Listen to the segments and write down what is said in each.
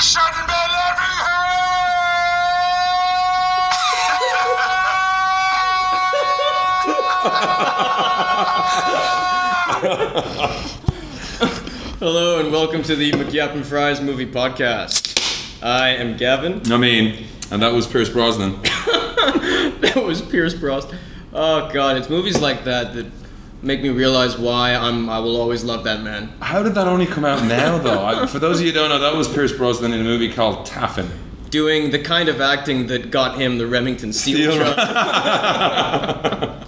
Şahin Beyler Büyük! Hello and welcome to the McYap and Fries Movie Podcast. I am Gavin. I mean, and that was Pierce Brosnan. that was Pierce Brosnan. Oh god, it's movies like that that make me realize why I'm I will always love that man. How did that only come out now, though? I, for those of you who don't know, that was Pierce Brosnan in a movie called Taffin. Doing the kind of acting that got him the Remington Steel, Steel Role.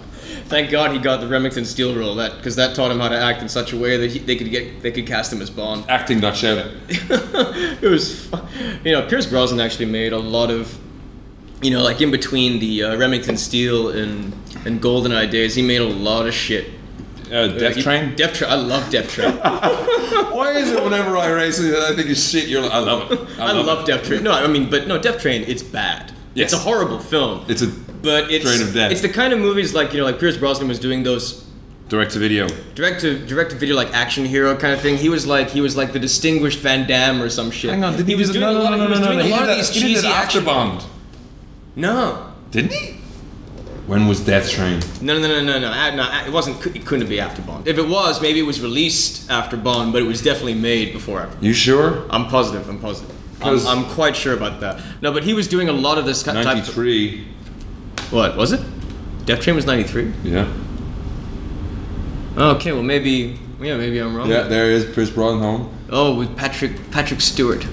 Thank God he got the Remington Steel Role, that because that taught him how to act in such a way that he, they could get they could cast him as Bond. Acting, Uh, not shouting. it was, fu- you know, Pierce Brosnan actually made a lot of, you know, like in between the uh, Remington Steel and and GoldenEye days, he made a lot of shit. Uh, Death He- Train. Death Train. I love Death Train. I, Why is it whenever I race it, I think it's shit? You're like, I love it. I love, love, it. Death Train. No, I mean, but no, Death Train. It's bad. Yes. It's a horrible film. It's a but it's Train of Death. it's the kind of movies like you know, like Pierce Brosnan was doing those direct to video. direct to direct to video like action hero kind of thing. He was like he was like the distinguished Van Damme or some shit. Hang on, did he, he, was do doing no, a lot no, of, he no, no, was no, doing no. a He lot did of that, these he did cheesy that after action. Bond, No. didn't he? When was Death Train? No, no, no, no, no, no. no it wasn't. It couldn't be after Bond. If it was, maybe it was released after Bond, but it was definitely made before after. You sure? I'm positive. I'm positive. I'm, 'Cause- I'm quite sure about that. No, but he was doing a lot of this ki- type. Of, Ninety-three. what was it? Death Train was '93. Yeah. Okay, well maybe. Yeah, maybe I'm wrong. Yeah, there is Pierce Brosnan home. Oh, with Patrick Patrick Stewart.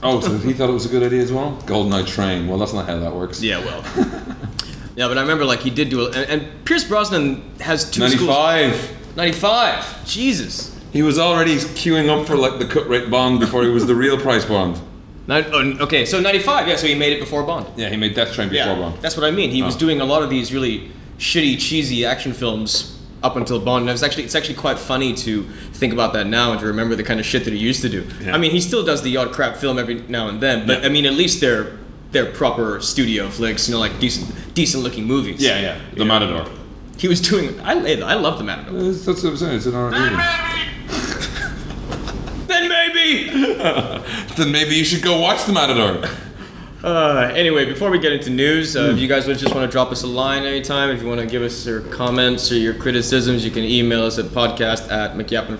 Oh, so he thought it was a good idea as well. Goldeneye Train. Well, that's not how that works. Yeah, well. yeah, but I remember like he did do a, and, and Pierce Brosnan has two schools. Ninety-five. 95. Jesus. He was already queuing up for like the cut rate bond before he was the real price bond. Nin- oh, okay, so 95. Yeah, so he made it before Bond. Yeah, he made Death Train before Yeah, Bond. that's what I mean. He was Oh. doing a lot of these really shitty, cheesy action films up until Bond. And it's actually it's actually quite funny to think about that now and to remember the kind of shit that he used to do. Yeah. I mean, he still does the odd crap film every now and then, but Yeah. I mean, at least they're they're proper studio flicks, you know, like decent decent looking movies. Yeah, yeah, The Matador. He was doing. I I love the Matador. That's, that's what I'm saying. It's an R Then rating. maybe Then maybe. Then maybe you should go watch The Matador. Uh, anyway, before we get into news, uh, Hmm. if you guys would just want to drop us a line anytime, if you want to give us your comments or your criticisms, you can email us at podcast at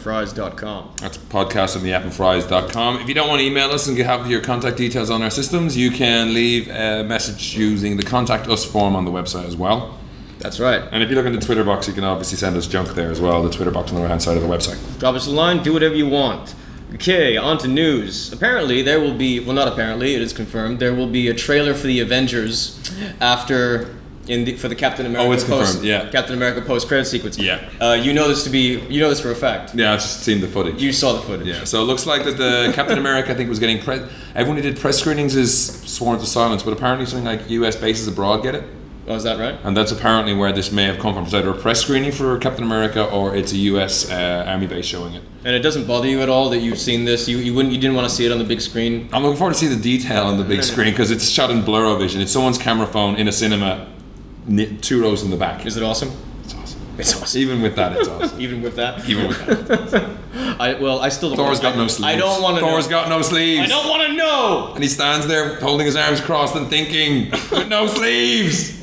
mcyapandfries.com. That's podcast on the If you don't want to email us and get- have your contact details on our systems, you can leave a message using the contact us form on the website as well. That's right. And if you look in the Twitter box, you can obviously send us junk there as well. The Twitter box on the right hand side of the website. Drop us a line, do whatever you want. Okay, on to news. Apparently, there will be, well, not apparently, it is confirmed, there will be a trailer for the Avengers after. In the, for the Captain America Oh, it's post, confirmed, yeah. Captain America post credit sequence. Yeah. Uh, you know this to be you know this for a fact. Yeah, I've just seen the footage. You saw the footage. Yeah, so it looks like that the Captain America, I think, was getting press. Everyone who did press screenings is sworn to silence, but apparently something like U.S. bases abroad get it, Oh, is that right? and that's apparently where this may have come from. It's either a press screening for Captain America or it's a U.S. Uh, Army base showing it. And it doesn't bother you at all that you've seen this. You you wouldn't you didn't want to see it on the big screen. I'm looking forward to see the detail on the big screen because it's shot in Blur-O-Vision. It's someone's camera phone in a cinema, ni- two rows in the back. Is it awesome? It's awesome. It's awesome. Even with that, it's awesome. Even with that. Even with that. I well I still don't. Thor's wanna- got no sleeves. I don't want to. Thor's know. got no sleeves. I don't want to know. And he stands there holding his arms crossed and thinking, with no sleeves.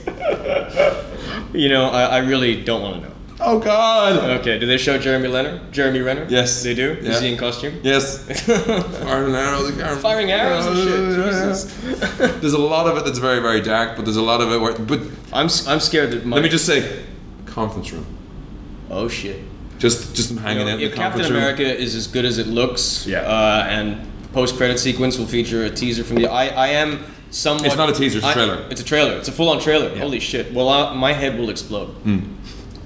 You know, I, I really don't want to know. Oh God. Okay, do they show Jeremy Renner? Jeremy Renner? Yes. They do? Yeah. Is he in costume? Yes. Firing arrows. Arrows. Firing arrows and shit. Jesus. There's a lot of it that's very, very dark, but there's a lot of it where. But I'm, s- I'm scared that my. let me just say, conference room. Oh, shit. Just, just You hanging know, out in if the Captain conference America is as good as it looks, Yeah. uh, and post credit sequence will feature a teaser from the. I, I am somewhat. It's not a teaser, it's a I- trailer. it's a trailer. It's a full on trailer. Holy shit. Well, I, my head will explode. Hmm.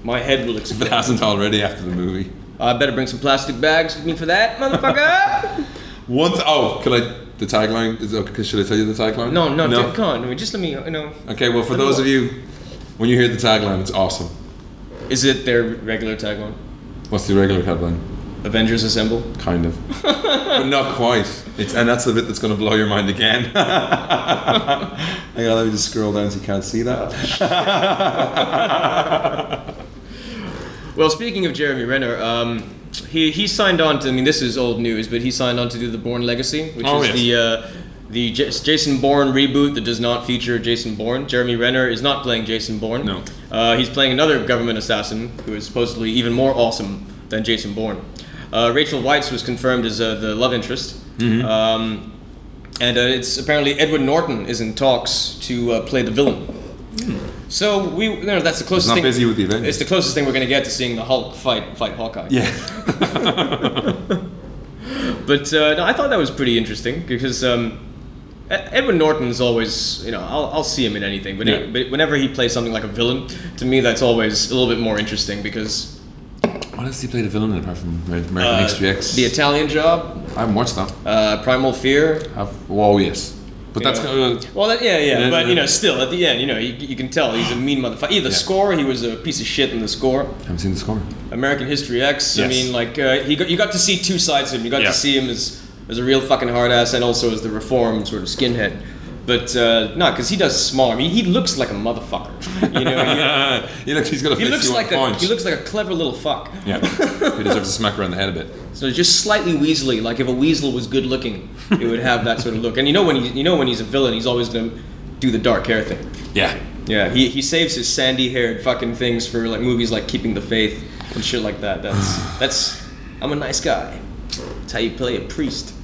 My head will room. If it explode. hasn't already after the movie. I better bring some plastic bags with me for that, motherfucker! Once. Oh, can I? The tagline is okay. Should I tell you the tagline? no, no, no. come on. Just let me, you know. Okay. Well, for Let me those of watch. you, when you hear the tagline, it's awesome. Is it their regular tagline? What's the regular tagline? Avengers Assemble? Kind of, but not quite. It's and that's the bit that's going to blow your mind again. Hang on, let me just scroll down so you can't see that. Well, speaking of Jeremy Renner, um, he he signed on to. I mean, this is old news, but he signed on to do the Bourne Legacy, which Oh, is yes. the uh, the J- Jason Bourne reboot that does not feature Jason Bourne. Jeremy Renner is not playing Jason Bourne. No. uh, he's playing another government assassin who is supposedly even more awesome than Jason Bourne. Uh, Rachel Weitz was confirmed as uh, the love interest. Mm-hmm. Um, and uh, it's apparently Edward Norton is in talks to uh, play the villain. So we, you know, that's the closest not thing. busy with the Avengers. It's the closest thing we're going to get to seeing the Hulk fight fight Hawkeye. Yeah. But uh, no, I thought that was pretty interesting because um, E- Edward Norton's always, you know, I'll, I'll see him in anything, but, uh, Yeah. but whenever he plays something like a villain, to me that's always a little bit more interesting because what else did he play the villain in apart from American uh, History X? the Italian Job, I haven't watched that. uh, Primal Fear. Have, oh yes, but that's uh, Yeah. kind of, Well, that, yeah, yeah, Yeah, but yeah. you know, still at the end, you know, you, you can tell he's a mean motherfucker. Either the score, he was a piece of shit in the score. I haven't seen the score. American History X. I Yes. mean, like uh, he got, you got to see two sides of him. You got Yeah. to see him as as a real fucking hard ass, and also as the reformed sort of skinhead. But uh, no, because he does small. I mean, he looks like a motherfucker. You know, he looks. He's got a he, face. he looks you like want a to punch. he looks like a clever little fuck. Yeah, he deserves a smack around the head a bit. So just slightly weaselly. Like if a weasel was good looking, it would have that sort of look. And you know when he, you know when he's a villain, he's always gonna do the dark hair thing. Yeah, Yeah, he, he saves his sandy haired fucking things for like movies like Keeping the Faith and shit like that. That's that's I'm a nice guy. That's how you play a priest.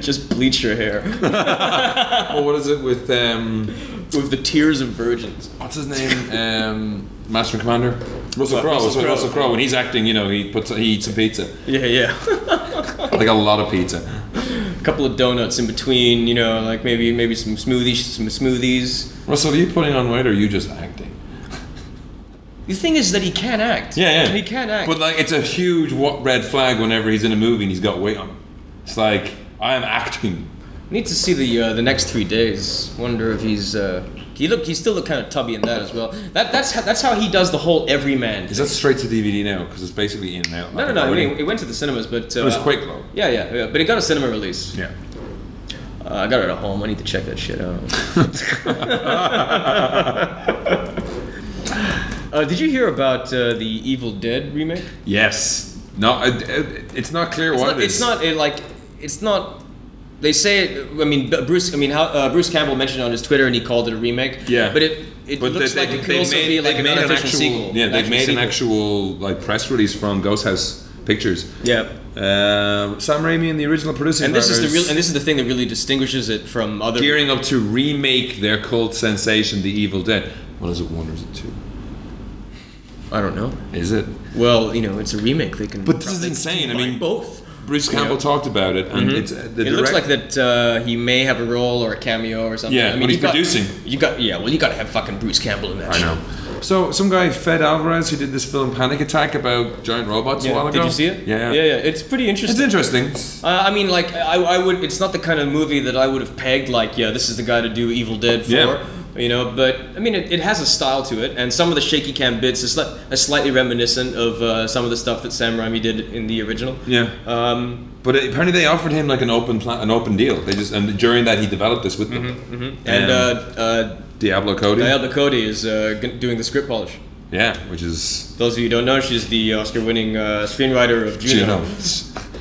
Just bleach your hair Well, what is it with um, with the tears of virgins. what's his name? Um, Master and Commander. Russell Russell Crowe. Russell, Crowe. Russell Crowe. When he's acting, you know, he puts he eats some pizza, Yeah, yeah. like a lot of pizza. a couple of donuts in between, you know, like maybe maybe some smoothies, some smoothies. Russell, are you putting on weight or are you just acting? The thing is that he can act. Yeah, yeah. He can act. But like, it's a huge wa- red flag whenever he's in a movie and he's got weight on. him. It's like I am acting. Need to see the uh, the next three days. Wonder if he's uh, he look he still look kind of tubby in that as well. That that's how, that's how he does the whole everyman. Is that straight to DVD now? Because it's basically in and out. No, no, like no. I already. mean, it went to the cinemas, but uh, It was quick though. Yeah, yeah, yeah. But it got a cinema release. Yeah. Uh, I got it at home. I need to check that shit out. uh, did you hear about uh, the Evil Dead remake? Yes. No, it, it, it's not clear It's what not, it it's is. not a, like it's not. They say it. I mean, B- Bruce. I mean, how, uh, Bruce Campbell mentioned it on his Twitter, and he called it a remake. Yeah. But it it But looks they- like they- it could they've also made- be like an they've made unofficial actual, sequel. Yeah, an they've made an sequel. actual like press release from Ghost House Pictures. Yeah. Um, Sam Raimi and the original producing And this is the partners real. And this is the thing that really distinguishes it from other. gearing up to remake their cult sensation, The Evil Dead. What is it? One or is it two? I don't know. Is it? Well, you know, it's a remake. They can. But this is they can insane, I combine mean- both. Bruce Campbell talked about it, and it's uh, the Mm-hmm. It looks direct- like that uh, he may have a role or a cameo or something. Yeah, I mean, when you he's got- producing. You got yeah. Well, you got to have fucking Bruce Campbell in that. I shit. know. So some guy Fed Alvarez who did this film Panic Attack about giant robots a while Yeah. ago. Did you see it? Yeah. yeah, yeah. It's pretty It's interesting. interesting. uh, I mean, like I, I would. It's not the kind of movie that I would have pegged. Like, yeah, this is the guy to do Evil Dead for. Yeah. You know, but I mean, it, it has a style to it, and some of the shaky cam bits is, sli- is slightly reminiscent of uh, some of the stuff that Sam Raimi did in the original. Yeah. Um, But apparently they offered him like an open plan, an open deal. They just and during that he developed this with them. and Um, uh, uh, Diablo Cody. Dial Cody is uh, g- doing the script polish. Yeah, which is Those of you who don't know, she's the Oscar-winning uh, screenwriter of you Juno. know.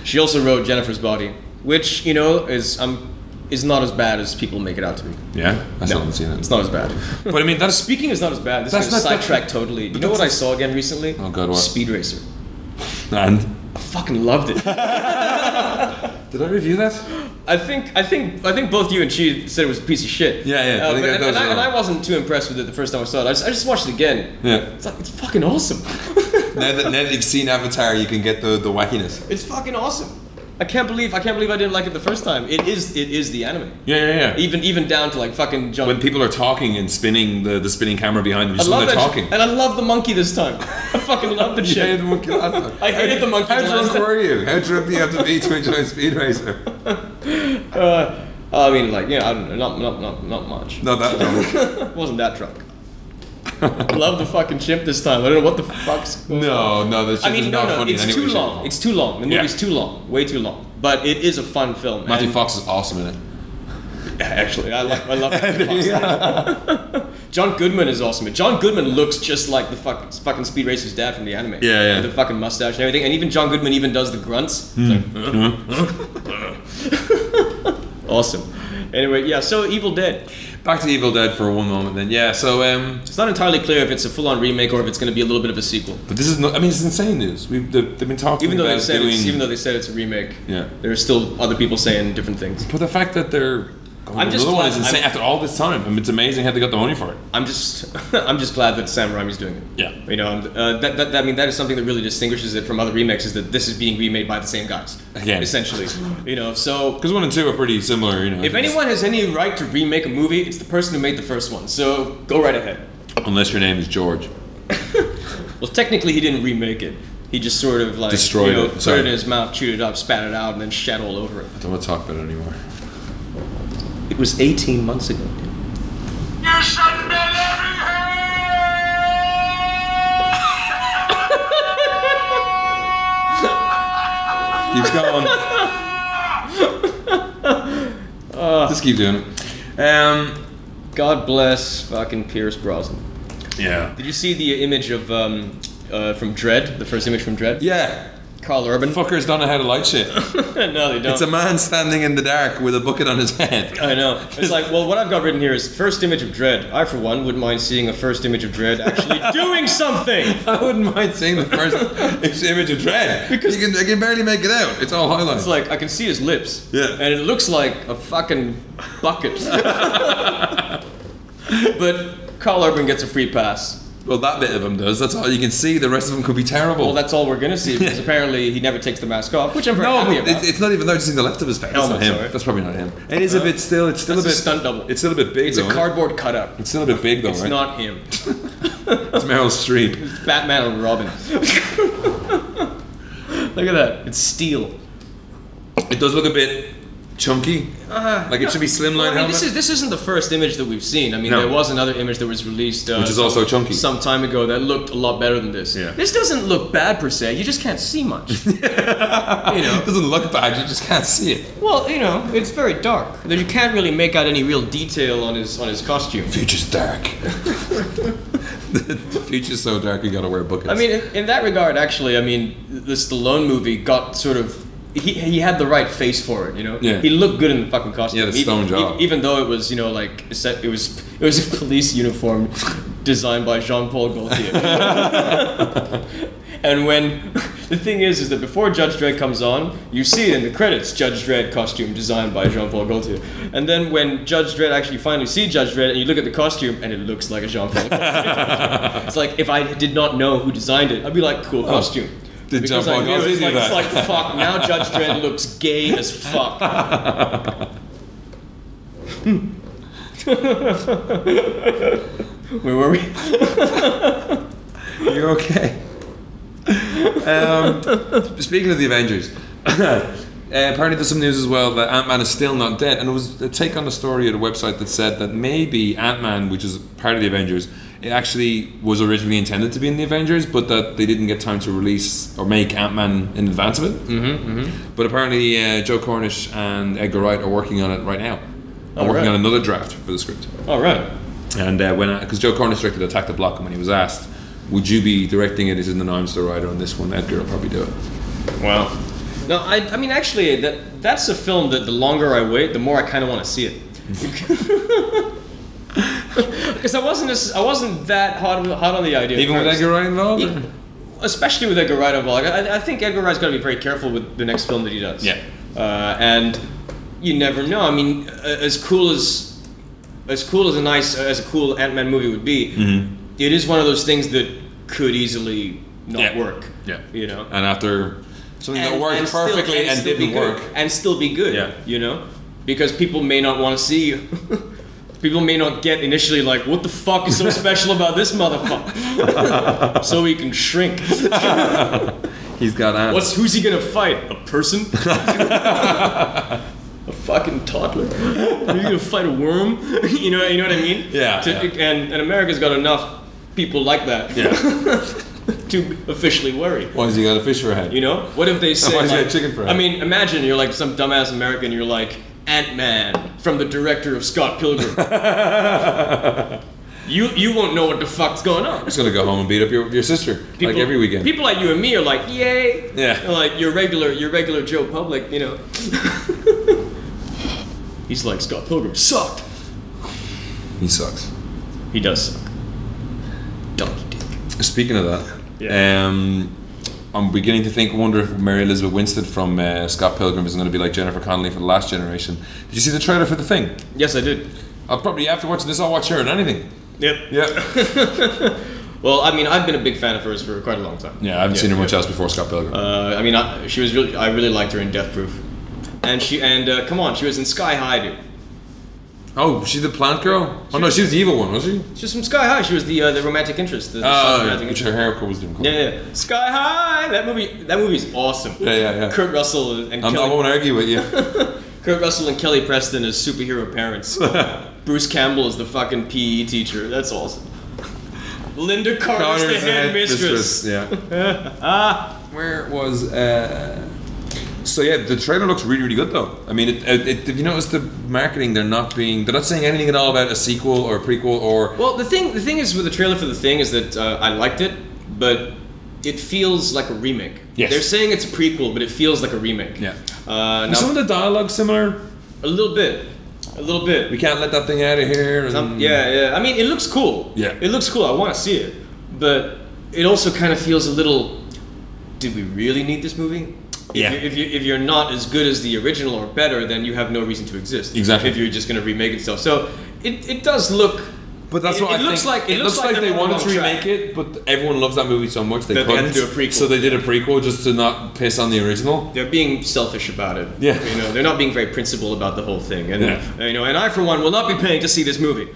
She also wrote Jennifer's Body, which you know is um, is not as bad as people make it out to be. Yeah, I still haven't seen It's it. not as bad. But I mean that's Speaking is not as bad. This That's is a not- that's- sidetrack totally. You but know what I that's- saw again recently? Oh, God, what? Speed Racer. and I fucking loved it. did I review that? I think I think I think both you and she said it was a piece of shit. Yeah, yeah, I Uh, think but- I- and, that and was I, and wrong. I wasn't too impressed with it the first time I saw it. I just, I just watched it again. Yeah. It's like it's fucking awesome. Now that, now that you've seen Avatar, you can get the, the wackiness. It's fucking awesome. I can't believe I can't believe I didn't like it the first time. It is it is the anime. Yeah, yeah, yeah. Even even down to like fucking John. When people are talking and spinning the, the spinning camera behind them, I just when love they're that sh- talking. and I love the monkey this time. I fucking love the Yeah, shit. the monkey- I hated the monkey How the last drunk time. were you? How drunk do you have to be to enjoy Speed Racer? Uh, I mean, like yeah, I don't know, not not not not much. Not that drunk. wasn't that drunk. I love the fucking chimp this time. I don't know what the fuck's. Going on. No, no, this I mean, is no, not no, funny. in it's any way, too shape, or long. form. It's too long. The Yeah. movie's too long, way too long. But it is a fun film. Matthew and- Fox is awesome in it. actually, I like I love Matthew Fox. John Goodman is awesome. And John Goodman looks just like the fuck, fucking Speed Racer's dad from the anime. Yeah, yeah. Hmm. With the fucking mustache and everything. And even John Goodman even does the grunts. It's like, awesome. Anyway, yeah. So Evil Dead. Back to Evil Dead for one moment, then. Yeah. So, um, It's not entirely clear if it's a full-on remake or if it's going to be a little bit of a sequel. but this is no, I mean, it's insane news. We've they've, they've been talking Even though about they said doing. it's, even though they said it's a remake. Yeah. There are still other people saying different things. but the fact that they're going I'm to just another one is glad- insane. I'm- After all this time, I mean, it's amazing how they got the money for it. I'm just I'm just glad that Sam Raimi's doing it. Yeah. You know, and, uh, that, that, that- I mean, that is something that really distinguishes it from other remakes is that this is being remade by the same guys. Again. Essentially. You know, so Because one and two are pretty similar, you know. if anyone has any right to remake a movie, it's the person who made the first one. So go right ahead. unless your name is George. Well, technically, he didn't remake it. He just sort of like Destroyed you know, it. put Sorry. it in his mouth, chewed it up, spat it out, and then shat all over it. Don't want to talk about it anymore. It was 18 months ago. dude. You should bend every hand. Keeps going. Just keep doing it. Um, God bless fucking Pierce Brosnan. yeah. Did you see the image of um, uh, from Dread? The first image from Dread. Yeah. Carl Urban. Fuckers don't know how to light shit. no, they don't. It's a man standing in the dark with a bucket on his head. I know. It's like, well, what I've got written here is first image of dread. I, for one, wouldn't mind seeing a first image of dread actually doing something. I wouldn't mind seeing the first it's image of dread because you can, I can barely make it out. It's all highlighted. It's like I can see his lips. Yeah. And it looks like a fucking bucket. but Carl Urban gets a free pass. well, that bit of him does. That's all you can see. The rest of them could be terrible. Well, that's all we're gonna see because apparently he never takes the mask off, which I'm very no, happy about. it, it's not even noticing the left of his face. Helmet, that's not him. sorry. That's probably not him. It is a bit still. It's still That's a a bit stunt double. It's still a bit big. It's though, a isn't it? cardboard cutout. It's still a bit big though, It's right? not him. It's Meryl Streep. It's Batman and Robin. Look at that. It's steel. It does look a bit chunky. like it should be slimline Well, I mean, helmet, this is this isn't the first image that we've seen. I mean, No. there was another image that was released, uh, which is also chunky. some time ago that looked a lot better than this. Yeah. This doesn't look bad per se. You just can't see much. you know. It doesn't look bad. You just can't see it. Well, you know, it's very dark. You can't really make out any real detail on his on his costume. Future's dark. the future's so dark. You gotta wear buckets. I mean, in, in that regard, actually, I mean, the Stallone movie got sort of. He, he had the right face for it, you know. Yeah. He looked good in the fucking costume. Yeah, the even, stone e- job. Even though it was, you know, like it said- it was it was a police uniform designed by Jean Paul Gaultier. and when the thing is, is that before Judge Dredd comes on, you see it in the credits, Judge Dredd costume designed by Jean Paul Gaultier. And then when Judge Dredd actually finally see Judge Dredd, and you look at the costume, and it looks like a Jean Paul. Gaultier. It's like if I did not know who designed it, I'd be like, cool costume. Did Because John I Paul knew it. Gaultier it's do like, that? it's like fuck. Now Judge Dredd looks gay as fuck. Hmm. Where were we? You're okay. um, speaking of the Avengers, uh, apparently there's some news as well that Ant Man is still not dead, and it was a take on a story at a website that said that maybe Ant Man, which is part of the Avengers, it actually was originally intended to be in the Avengers, but that they didn't get time to release or make Ant Man in advance of it. Mm-hmm, But apparently uh, Joe Cornish and Edgar Wright are working on it right now. Are Oh, working right. on another draft for the script. All right. And uh, when because Joe Cornish directed Attack the Block, and when he was asked, "Would you be directing it?" He said, "No, no, I'm still writer on this one. Edgar will probably do it." Wow. No, I, I mean actually that that's a film that the longer I wait, the more I kind of want to see it. Because I wasn't as- I wasn't that hot hot on the idea. at Even with first. Edgar Wright involved. Yeah. Especially with Edgar Wright involved, I, I think Edgar Wright's got to be very careful with the next film that he does. Yeah. Uh, and you never know. I mean, a- as cool as as cool as a nice as a cool Ant Man movie would be, Mm-hmm. it is one of those things that could easily not Yeah. work. Yeah. You know. And after something that worked still- perfectly and, still be didn't good. work. and still be good. Yeah. You know, because people may not want to see. people may not get initially like, what the fuck is so special about this motherfucker? so he can shrink. He's got ants. What's who's he gonna fight? A person? a fucking toddler? Are you gonna fight a worm? you know, you know what I mean? Yeah, To- yeah. And and America's got enough people like that yeah. to officially worry. Why has he got a fish for a head? You know? What if they say Why is he like- a chicken I for him? mean, imagine you're like some dumbass American, you're like Ant Man from the director of Scott Pilgrim. you you won't know what the fuck's going on. just gonna go home and beat up your, your sister like every weekend. People like you and me are like, yay. Yeah. They're like your regular your regular Joe Public, you know. He's like Scott Pilgrim sucked. he sucks. He does suck. Donkey dick. Speaking of that, Yeah. um, I'm beginning to think, wonder if Mary Elizabeth Winstead from uh, Scott Pilgrim is going to be like Jennifer Connelly for the Last Generation. Did you see the trailer for the thing? Yes, I did. I'll probably after watching this, I'll watch her in anything. Yep. Yeah, Well, I mean, I've been a big fan of hers for quite a long time. yeah. I haven't seen her yeah. much else before Scott Pilgrim. Uh, I mean, I, she was really. I really liked her in Death Proof, and she and uh, come on, she was in Sky High, dude. oh, she's the plant girl. Oh no, she was the evil one, was she? She was from Sky High. She was the uh, the romantic interest. The, the son's Uh, romantic which interest. her haircut was different. Yeah, yeah, yeah. Sky High. That movie. That movie's awesome. yeah, yeah. yeah. Kurt Russell and I'm, I Kelly, won't argue with you. Kurt Russell and Kelly Preston as superhero parents. Bruce Campbell is the fucking PE teacher. That's awesome. Linda Carter's the Connor's the head mistress. headmistress, Yeah. Where was? Uh... So yeah, the trailer looks really, really good though. I mean, it, it, it, if you notice the marketing, they're not being, they're not saying anything at all about a sequel or a prequel or. Well, the thing the thing is with the trailer for the thing is that uh, I liked it, but it feels like a remake. Yes. They're saying it's a prequel, but it feels like a remake. Yeah. Uh, now, Is some of the dialogue similar. a little bit, a little bit. We can't let that thing out of here. And... Um, yeah, yeah. I mean, it looks cool. Yeah. It looks cool. I want to see it, but it also kind of feels a little. Did we really need this movie? Yeah. If, you, if, you, if you're not as good as the original or better, then you have no reason to exist. Exactly. If you're just going to remake it stuff, so it, it does look. But that's it, what it I looks think. like. It, looks, like, they they're on the wanted to wrong remake track. it, but everyone loves that movie so much they That they couldn't. had to do a prequel. So they did a prequel just to not piss on the original. They're being selfish about it. Yeah. You know, they're not being very principled about the whole thing, and uh, Yeah. you know, and I for one will not be paying to see this movie.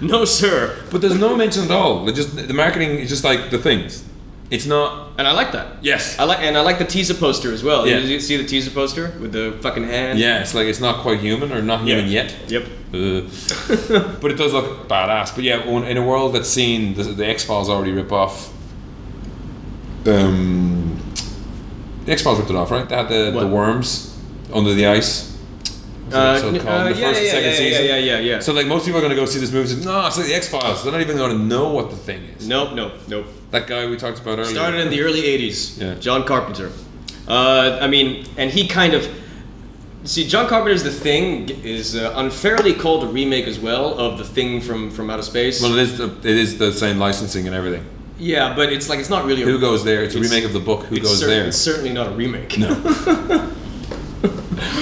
no, sir. But there's no mention at all. They just the marketing is just like the things. It's not. And I like that. Yes. I like and I like the teaser poster as well. Yeah. Did you see the teaser poster with the fucking hand? Yeah, it's like it's not quite human or not human yet. Yep. Ugh. but it does look badass. But yeah, on- in a world that's seen the, the X Files already rip off. Um, the X Files ripped it off, right? They had the, the What? worms under the ice. What's that Uh, episode n- called? uh, the yeah, first and yeah, second yeah, season. yeah, yeah, yeah, yeah. So like most people are gonna go see this movie. and say, No, it's like the X Files. They're not even gonna know what the thing is. Nope, nope, nope. That guy we talked about earlier. Started in the early '80s. Yeah. John Carpenter. Uh, I mean, and he kind of see John Carpenter's The Thing is uh, unfairly called a remake as well of The Thing from from Outer Space. Well, it is. The, it is the same licensing and everything. yeah, but it's like it's not really a Who goes there? It's a It's- remake of the book. Who it's goes cer- there? It's certainly not a remake. No.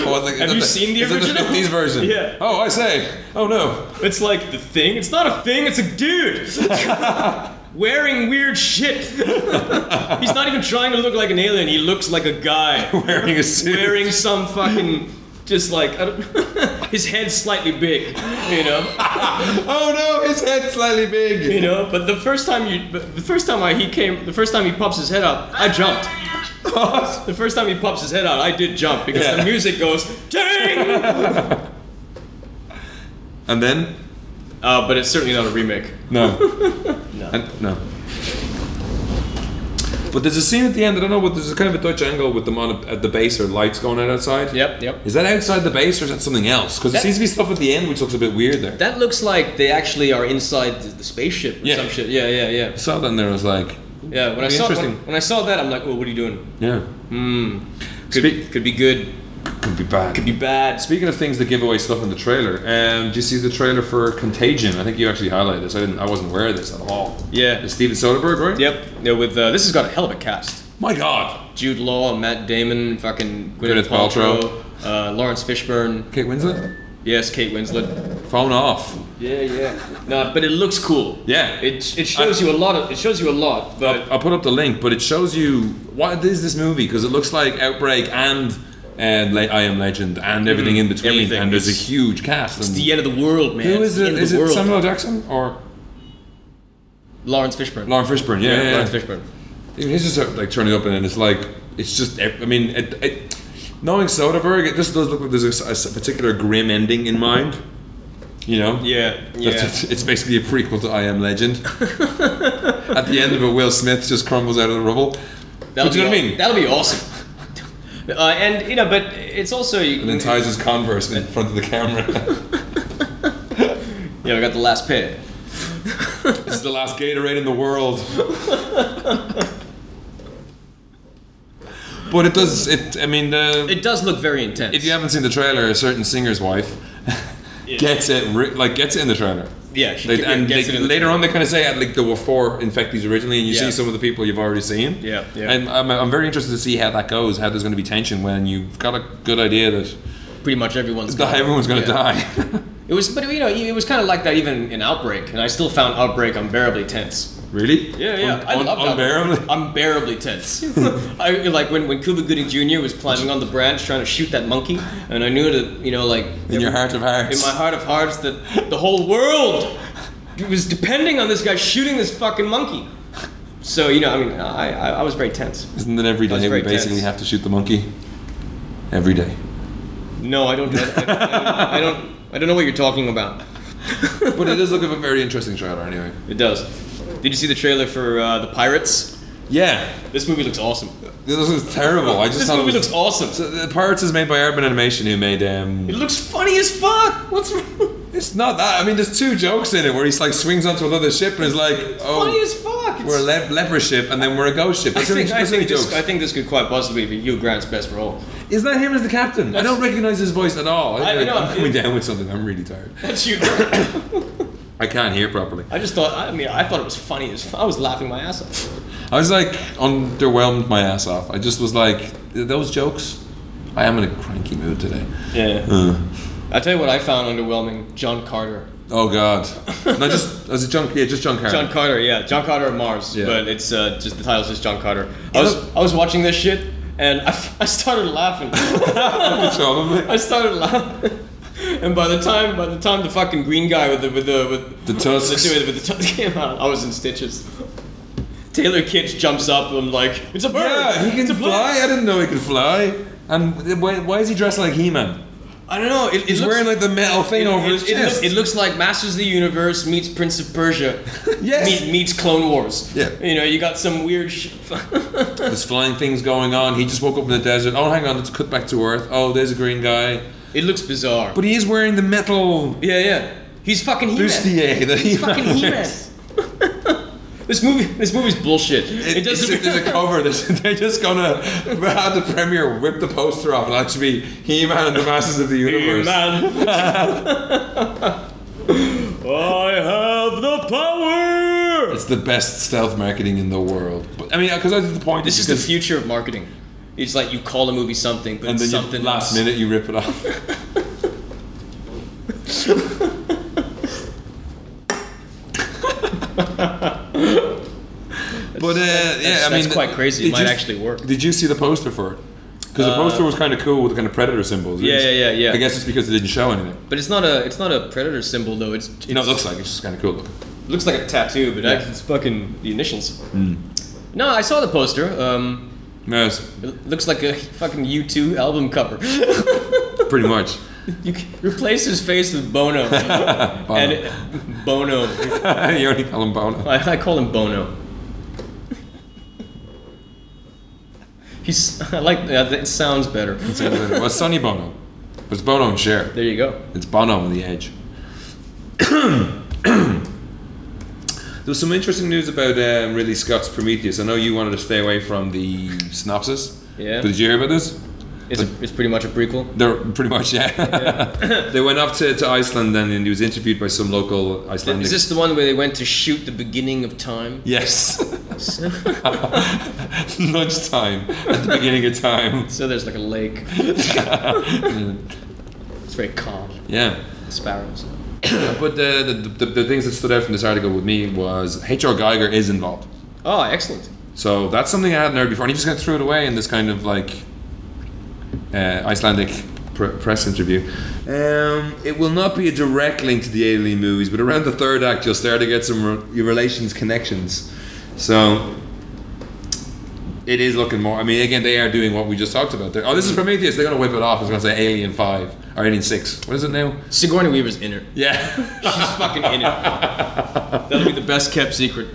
Oh, I was like, is Have that you seen the is that original? the 50s version? Yeah. Oh, I say. Oh no. It's like the thing. It's not a thing. It's a dude wearing weird shit. He's not even trying to look like an alien. He looks like a guy Wearing a suit. wearing some fucking just like I don't, his head's slightly big, you know, Oh no, his head's slightly big. you know. But the first time you, but the first time I, he came, the first time he pops his head out, I jumped. The first time he pops his head out, I did jump because Yeah. the music goes ding. and then? Uh, but it's certainly not a remake. No. And, no. But there's a scene at the end. I don't know, but there's a kind of a Dutch angle with them on a, at the base or lights going out outside. Yep, yep. Is that outside the base or is that something else? Because there That- seems to be stuff at the end which looks a bit weird there. That looks like they actually are inside the the spaceship or Yeah. some shit. Yeah, yeah, yeah. I saw that and there I was like, Yeah, when I Be saw when, interesting. when I saw that, I'm like, oh, what are you doing? yeah, Could, Speak- could be good, could be bad. could be bad. Speaking of things that give away stuff in the trailer, um, did you see the trailer for Contagion? I think you actually highlighted this. I didn't. I wasn't aware of this at all. Yeah. It's Steven Soderbergh, right? Yep. Yeah, with uh, this has got a hell of a cast. My God. Jude Law, Matt Damon, fucking Gwyneth, Gwyneth Paltrow. Paltrow, uh, Lawrence Fishburne. Kate Winslet. Yes, Kate Winslet. Phone off. Yeah, yeah. No, but it looks cool. Yeah. It it shows you a lot of it shows you a lot, but I'll put up the link, but it shows you what is this movie because it looks like Outbreak and and Le- I Am Legend and everything in between, Mm-hmm. everything. and there's a It's- huge cast. and- the end of the world, man. who It's is the it? end of Is the it world. Samuel Jackson or Lawrence Fishburne. Lauren Fishburne? Yeah, yeah, yeah. Lawrence Fishburne. Even He's just uh, like turning up, and it's like it's just. ev- I mean, it, it, knowing Soderbergh, it just does look like there's a s- a, s- particular grim ending in mind. You know. Yeah, yeah. That's- It's, it's basically a prequel to I Am Legend. At the end of it, Will Smith just crumbles out of the rubble. That'll but you be know what I aw- mean? That'll be awesome. Uh, and you know, but it's also and then ties his Converse in front of the camera. Yeah, we got the last pit. This is the last Gatorade in the world. but it does. It. I mean, the, It does look very intense. if you haven't seen the trailer, a certain singer's wife gets it. Ri- like gets it in the trailer. yeah, she Like, g- and gets like, it in the- later on, they kind of say uh, like there were four infectees originally, and you Yeah. see some of the people you've already seen. Yeah, yeah. And I'm, I'm very interested to see how that goes. How there's going to be tension when you've got a good idea that pretty much everyone's that everyone's going to Yeah. die. It was, but you know, it was kind of like that even in Outbreak, and I still found Outbreak unbearably tense. really? Un- Un- un- un- unbearably. unbearably tense. I like when when Cuba Gooding Jr. was climbing on the branch trying to shoot that monkey, and I knew that you know, like In your heart of hearts. in my heart of hearts, that the whole world was depending on this guy shooting this fucking monkey. So you know, I mean, I I, I was very tense. Isn't it every That's day we very basically tense. have to shoot the monkey? Every day. No, I don't. I don't. I don't, I don't, I don't know what you're talking about. But it does look of a very interesting trailer anyway. It does. Did you see the trailer for uh, the Pirates? Yeah. This movie looks awesome. This is terrible. I just This thought movie it looks was, awesome. So, the Pirates is made by Urban Animation who made um It looks funny as fuck. What's wrong? It's not that I mean there's two jokes in it where he's like swings onto another ship and is like, funny Oh as fuck. It's- we're a le- leper ship and then we're a ghost ship. I That's only- think, I, that's only think this, jokes. I think this could quite possibly be Hugh Grant's best role. Is that him as the captain? I don't recognise his voice at all. I, I know. am coming down with something, I'm really tired. That's Hugh Grant. I can't hear properly. I just thought. I mean, I thought it was funny as. Fuck. I was laughing my ass off. I was like underwhelmed my ass off. I just was like those jokes. I am in a cranky mood today. Yeah. Uh, I tell you what, I found underwhelming. John Carter. oh God! No, just as a John. Yeah, just John Carter. John Carter. Yeah, John Carter of Mars. Yeah. But it's uh, just the title's just John Carter. It I was look- I was watching this shit and I, I started laughing. I Probably. started laughing. And by the time, by the time the fucking green guy with the with the with The tusks. with the, with the tusks came out, I was in stitches. Taylor Kitsch jumps up. I'm like, it's a bird. Yeah, he can it's a bird." fly. I didn't know he could fly. And why, why is he dressed like He-Man? I don't know. It, it He's looks, wearing like the metal thing it, over it- his it chest. look- it looks like Masters of the Universe meets Prince of Persia. Yes. Meet, meets Clone Wars. Yeah. You know, you got some weird. Sh- There's flying things going on. He just woke up in the desert. Oh, hang on, let's cut back to Earth. Oh, there's a green guy. it looks bizarre. But he is wearing the metal yeah, yeah. He's fucking He-Man. bustier that he He's fucking He-Man. this movie, this movie's bullshit. It, It, it's, doesn't. there's a cover. That's, they're just gonna have the premiere whip the poster off, and that should be He-Man and the Masters of the Universe. I have the power. It's the best stealth marketing in the world. But I mean, because that's the point. This is the because- future of marketing. It's like you call a movie something, but and it's then you- something last else. minute you rip it off. But uh, yeah, I that's mean, quite crazy. It did might you- actually work. Did you see the poster for it? Because the Uh, poster was kind of cool with the kind of predator symbols. Yeah, yeah, yeah, yeah. I guess it's because they didn't show anything. But it's not a it's not a predator symbol though. It's You know, it looks like it's just kind of cool looking. looks like a tattoo, but actually it's fucking the initials. Hmm. No, I saw the poster. Um, No, it's it looks like a fucking U2 album cover. pretty much. you c- replace his face with Bono. Bono. And Bono. you only call him Bono. I, I call him Bono. He's I like that. It sounds better. well, it's Sonny Bono. But it's Bono and Cher. There you go. It's Bono on the edge. there was some interesting news about um, Ridley Scott's Prometheus. I know you wanted to stay away from the synopsis. Yeah. But did you hear about this? It's, a, it's pretty much a prequel. They're pretty much yeah. they went up to, to Iceland and he was interviewed by some local Icelandic. Is this the one where they went to shoot the beginning of time? yes. So, Lunchtime at the beginning of time. so there's like a lake. It's very calm. yeah. Sparrows. But the, the, the, the things that stood out from this article with me was H.R. Geiger is involved. Oh, excellent. So that's something I hadn't heard before. And he just kind of threw it away in this kind of like uh, Icelandic pr- press interview. Um, it will not be a direct link to the alien movies, but around the third act, you'll start to get some re- your relations connections. So it is looking more. I mean, again, they are doing what we just talked about. They're, oh, this is Prometheus. They're going to whip it off. It's going to say Alien 5 or Alien 6. What is it now? Sigourney Weaver's in it. Yeah. She's fucking in it. That'll be the best kept secret.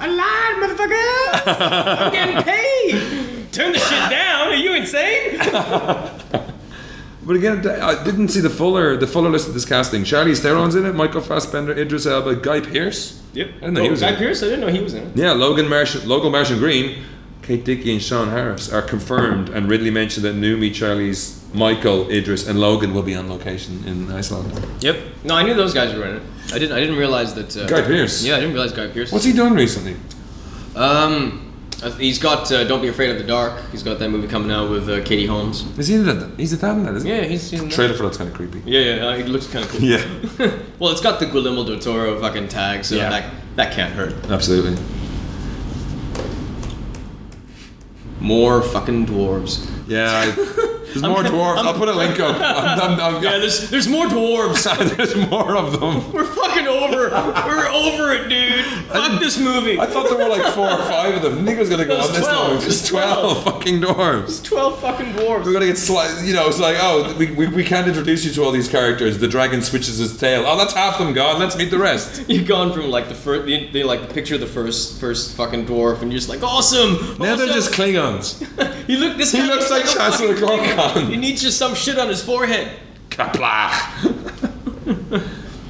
I lied, motherfucker! I'm getting paid! Turn the shit down, are you insane? But again, th- I didn't see the fuller the fuller list of this casting. Charlize Theron's in it. Michael Fassbender, Idris Elba, Guy Pearce. Yep. I didn't know he was Oh, Guy in it. Pearce? I didn't know he was in it. Yeah, Logan Marsh, Logan Marsh and Green, Kate Dickey and Sean Harris are confirmed, and Ridley mentioned that Numi, Charlie's, Michael, Idris, and Logan will be on location in Iceland. Yep. No, I knew those guys were in it. I didn't. I didn't realize that. Uh, Guy Pearce. Yeah, I didn't realize Guy Pearce. What's he done recently? Um, uh, he's got uh, Don't Be Afraid of the Dark. He's got that movie coming out with uh, Katie Holmes. Is he in that? He's a dad in that, isn't Yeah, he's in. he? that. Trailer for that's kind of creepy. Yeah, yeah, uh, it looks kind of cool. well, it's got the Guillermo del Toro fucking tag, so Yeah. that that can't hurt. absolutely. More fucking dwarves. Yeah, I, there's more dwarves. I'll put a link up. I'm, I'm, I'm, Yeah, there's there's more dwarves. there's more of them. We're fucking over. We're over it, dude. Fuck this movie. I thought there were like four or five of them. I think it was gonna go There's on this 12, long. There's there's 12 fucking dwarves. Twelve fucking We're dwarves. gonna get sli- you know, it's like, oh, we, we, we can't introduce you to all these characters. The dragon switches his tail. Oh, that's half them gone. Let's meet the rest. You've gone from like the first, the, the, like the picture of the first first fucking dwarf, and you're just like awesome. Now they're awesome. just Klingons. he look. This He guy looks a like Chancellor fucking thing. Gorgon. He needs just some shit on his forehead. Kaplah.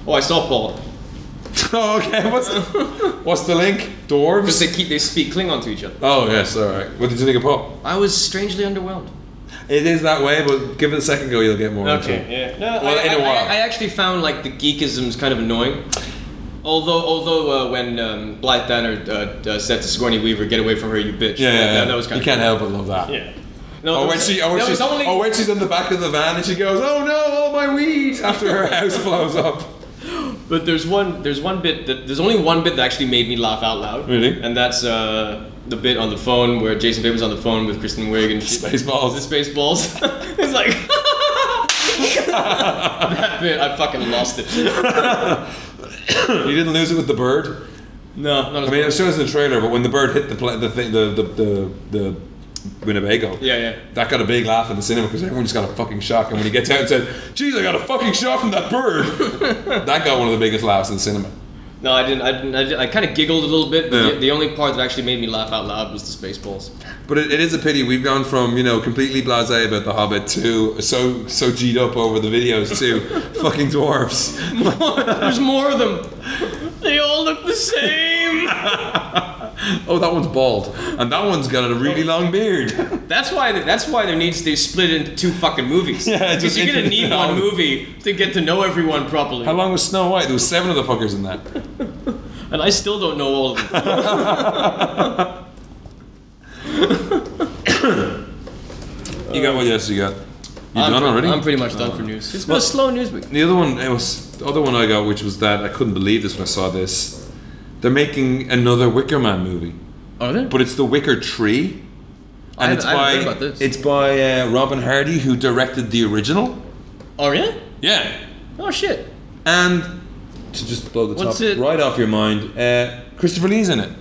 Oh, I saw Paul. Oh, okay, what's the, what's the link? Because Dwarves? they keep they speak Klingon to each other. Oh, yes, alright. What did you think of Pop? I was strangely underwhelmed. It is that way, but give it a second go, you'll get more. into it. yeah. No, Well, I, in a I- while. I, I actually found like the geekisms kind of annoying. Although, although uh, when um, Blythe Danner uh, uh, said to Sigourney Weaver, "Get away from her, you bitch," Yeah, yeah, that, yeah. that was kind you of can't Oh, help but love that. Yeah. No, Or there when was- she, or when, there she, was only- or when she's in the back of the van and she goes, "Oh no, all my weed!" after her house blows up. But there's one there's one bit that there's only one bit that actually made me laugh out loud. Really? And that's uh, the bit on the phone where Jason Bateman's on the phone with Kristen Wiig and she- The Spaceballs. space balls. it's like that bit. I fucking lost it. you didn't lose it with the bird. No, not as I mean, it shows in the trailer, but when the bird hit the pla the thing, the the the, the Winnebago. yeah, yeah. That got a big laugh in the cinema because everyone just got a fucking shock. And when he gets out and said, "Jeez, I got a fucking shot from that bird," that got one of the biggest laughs in the cinema. No, I didn't. I didn't. I, did- I kind of giggled a little bit. But Yeah. the, the only part that actually made me laugh out loud was the space balls. But it, it is a pity we've gone from you know completely blasé about the Hobbit to so so g'd up over the videos to fucking dwarfs. There's more of them. They all look the same. Oh, that one's bald, and that one's got a really long beard. That's why. That's why there needs to be split into two fucking movies. Yeah, because just you're gonna introduce need it all. one movie to get to know everyone properly. How long was Snow White? There was seven of the fuckers in that. And I still don't know all of them. You got what else you got? You I'm done pre- already? Uh, I'm pretty much done for news. It's been a slow news week. The other one, it was the other one I got, which was that I couldn't believe this when I saw this. They're making another Wicker Man movie, Are there? but it's the Wicker Tree, and I it's haven't- I by haven't heard about this. it's by uh, Robin Hardy, who directed the original. Oh really? Yeah, Oh shit. and to just blow the What's top it- right off your mind, uh, Christopher Lee's in it.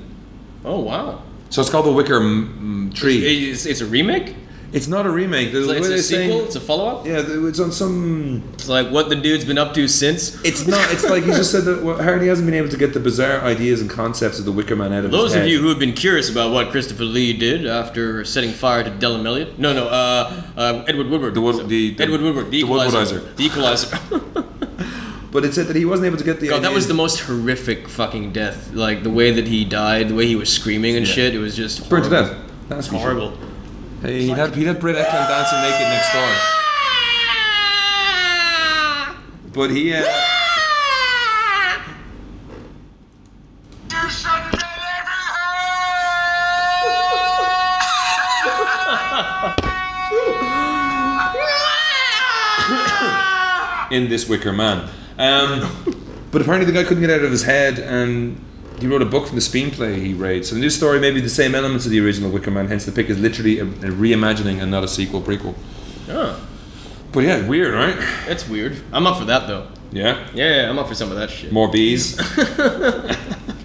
Oh wow. So it's called the Wicker M- M- Tree. It's, it's a remake. It's not a remake. There's It's, like, way it's a they're saying- sequel. It's a follow up. Yeah, th- it's on some. It's like what the dude's been up to since. It's not. It's like he just said that well, Hardy hasn't been able to get the bizarre ideas and concepts of the Wicker Man out of his Those of head. you who have been curious about what Christopher Lee did after setting fire to Della Elliott, no, no, uh, uh, Edward Woodward, The Wood- So, the- the- Edward Woodward, the, the equalizer, Woodwardizer. the equalizer. But it said that he wasn't able to get the. God, that was ideas- the most horrific fucking death. Like the way that he died, the way he was screaming and Yeah. shit. It was just Burnt to horrible. death. That's Horrible. Hey, he'd had he'd had Britt Eklund dancing naked next door. But he. Uh, You should let every in this Wicker Man. Um, but apparently the guy couldn't get out of his head, and he wrote a book from the screenplay he read. So the new story may be the same elements of the original Wicker Man, hence the pick is literally a, a reimagining and not a sequel prequel. Oh, But yeah, weird, right? that's weird. I'm up for that though. Yeah. Yeah, yeah I'm up for some of that shit. More bees.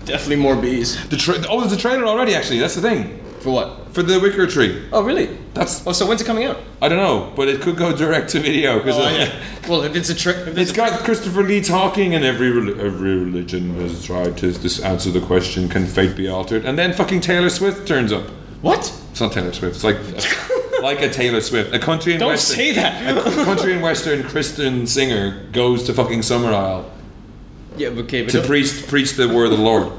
Definitely more bees. the tra- oh, there's a trailer already. Actually, that's the thing For what? for the Wicker Tree. Oh, really? That's Oh, so when's it coming out? I don't know, but it could go direct to video because Oh, yeah. well, if it's a trick, if it's It's got Christopher Lee talking, and every rel- every religion has tried to this answer the question: Can fate be altered? And then fucking Taylor Swift turns up. what? It's not Taylor Swift. It's like like a Taylor Swift, a country and Don't western, say that. a country and western Christian singer goes to fucking Summer Isle Yeah, but okay, but to don't- preach preach the word of the Lord.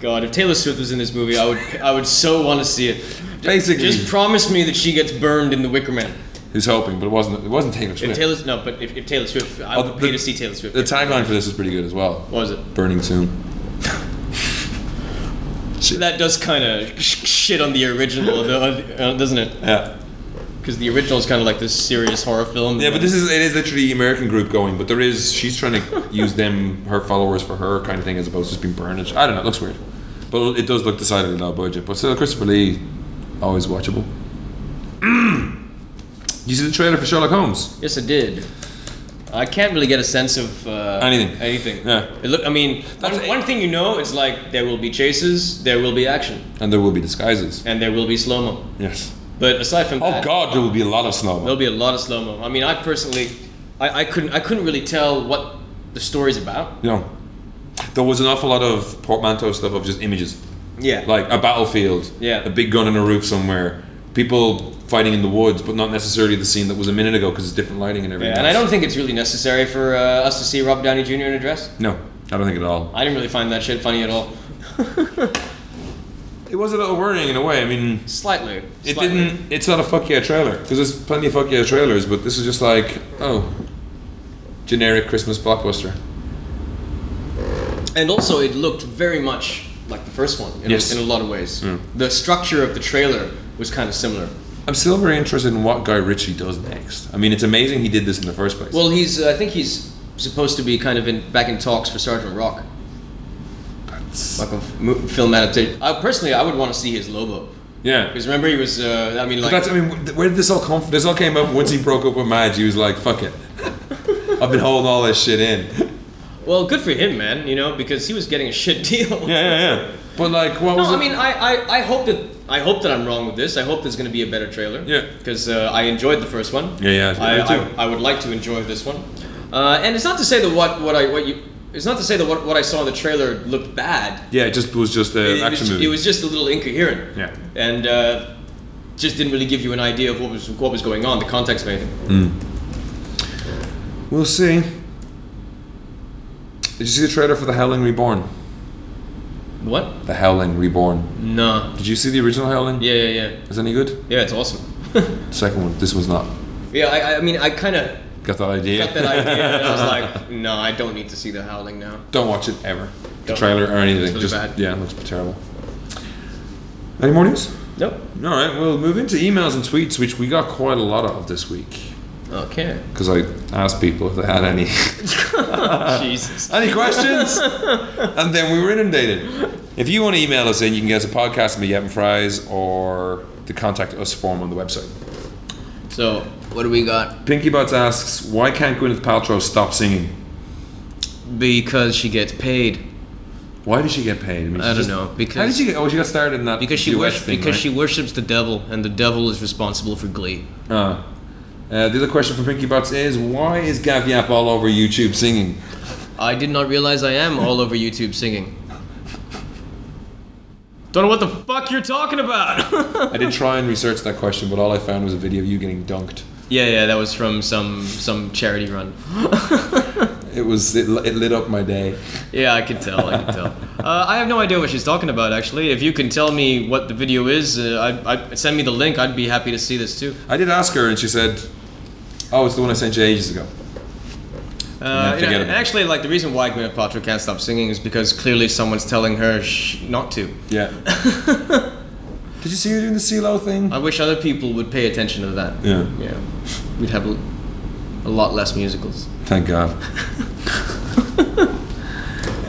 God, if Taylor Swift was in this movie, I would I would so want to see it. Just- Basically. just promise me that she gets burned in The Wicker Man. Who's hoping? But it wasn't. It wasn't Taylor If Swift. Taylor, no, but if, if Taylor Swift, I Oh, would the- pay to see Taylor Swift. the tagline for this is pretty good as well. what was it? Burning soon. That does kind of sh- shit on the original, though, uh, doesn't it? Yeah. Because the original is kind of like this serious horror film. Yeah, but this is it is literally the American group going, but there is she's trying to use them her followers for her kind of thing as opposed to just being burned. I don't know, it looks weird. But it does look decidedly low budget. But still Christopher Lee, always watchable. you see the trailer for Sherlock Holmes? Yes, it did. I can't really get a sense of uh, Anything. Anything. Yeah. It look, I mean, one, That's it. one thing you know is like there will be chases, there will be action, And there will be disguises. and there will be slow mo. Yes. But aside from Oh that, god, there will be a lot of there'll snow. be a lot of slow mo. I mean, I personally, I, I couldn't, I couldn't really tell what the story's about. You know. There was an awful lot of portmanteau stuff of just images. Yeah. like a battlefield, Yeah. a big gun on a roof somewhere, people fighting in the woods, but not necessarily the scene that was a minute ago because it's different lighting and everything. Yeah, and I else. don't think it's really necessary for uh, us to see Rob Downey Jr. in a dress. No, I don't think at all. I didn't really find that shit funny at all. It was a little worrying in a way. I mean, Slightly. it slightly. didn't. It's not a fuck yeah trailer because there's plenty of fuck yeah trailers, but this is just like oh, generic Christmas blockbuster. And also, it looked very much like the first one in, Yes. a, in a lot of ways. Mm. The structure of the trailer was kind of similar. I'm still very interested in what Guy Ritchie does next. I mean, it's amazing he did this in the first place. Well, he's uh, I think he's supposed to be kind of in back in talks for Sergeant Rock, That's- like a f- mo- film adaptation. I, personally, I would want to see his Lobo. yeah. Because remember, he was, uh, I mean, like, That's, I mean, wh- where did this all come from? This all came up once he broke up with Madge. He was like, fuck it. I've been holding all this shit in. well, good for him, man, you know, because he was getting a shit deal. yeah, yeah. But like, what No, was it? I mean, I, I, I hope that I hope that I'm wrong with this. I hope there's going to be a better trailer. Yeah. Because uh, I enjoyed the first one. Yeah, yeah, I, me too. I, I would like to enjoy this one. Uh, and it's not to say that what, what I what you it's not to say that what, what I saw in the trailer looked bad. yeah, it just was just an it, action was, movie. it was just a little incoherent. Yeah. And uh, just didn't really give you an idea of what was what was going on, the context of anything. we'll see. Did you see the trailer for The Howling Reborn? What? The Howling Reborn. No. Did you see the original Howling? Yeah, yeah, yeah. Is any good? Yeah, it's awesome. Second one. This one's not. yeah, I, I mean, I kind of Got that idea? got that idea, and I was like, no, I don't need to see the howling now. Don't watch it ever. The Don't. trailer or anything. really just bad. yeah, it looks terrible. Any more news? Nope. All right, we'll move into emails and tweets, which we got quite a lot of this week Okay. because I asked people if they had any Jesus. any questions, and then we were inundated. If you want to email us in, you can get us a podcast at Yap and Fries or the contact us form on the website. So, what do we got? Pinky Butts asks, why can't Gwyneth Paltrow stop singing? Because she gets paid. Why did she get paid? mean, I she don't just- know, how did because- she get? Oh, she got started in that Because she US wors- thing, because right? she worships the devil, and the devil is responsible for Glee. Uh, uh, the other question from Pinky Butts is why is Gav Yap all over YouTube singing? I did not realize I am all over YouTube singing. Don't know what the fuck you're talking about. I did try and research that question, but all I found was a video of you getting dunked. yeah, yeah, that was from some some charity run. It was it, li- it lit up my day. yeah, I can tell. I can tell. Uh, I have no idea what she's talking about. Actually, if you can tell me what the video is, uh, I, I send me the link. I'd be happy to see this too. I did ask her, and she said, "Oh, it's the one I sent you ages ago." Uh, Yeah, you know, forget and about it. actually, like the reason why Gwyneth Paltrow can't stop singing is because clearly someone's telling her sh- not to. Yeah. did you see her doing the CeeLo thing? I wish other people would pay attention to that. Yeah. Yeah. We'd have a, a lot less musicals. Thank God. else Uh,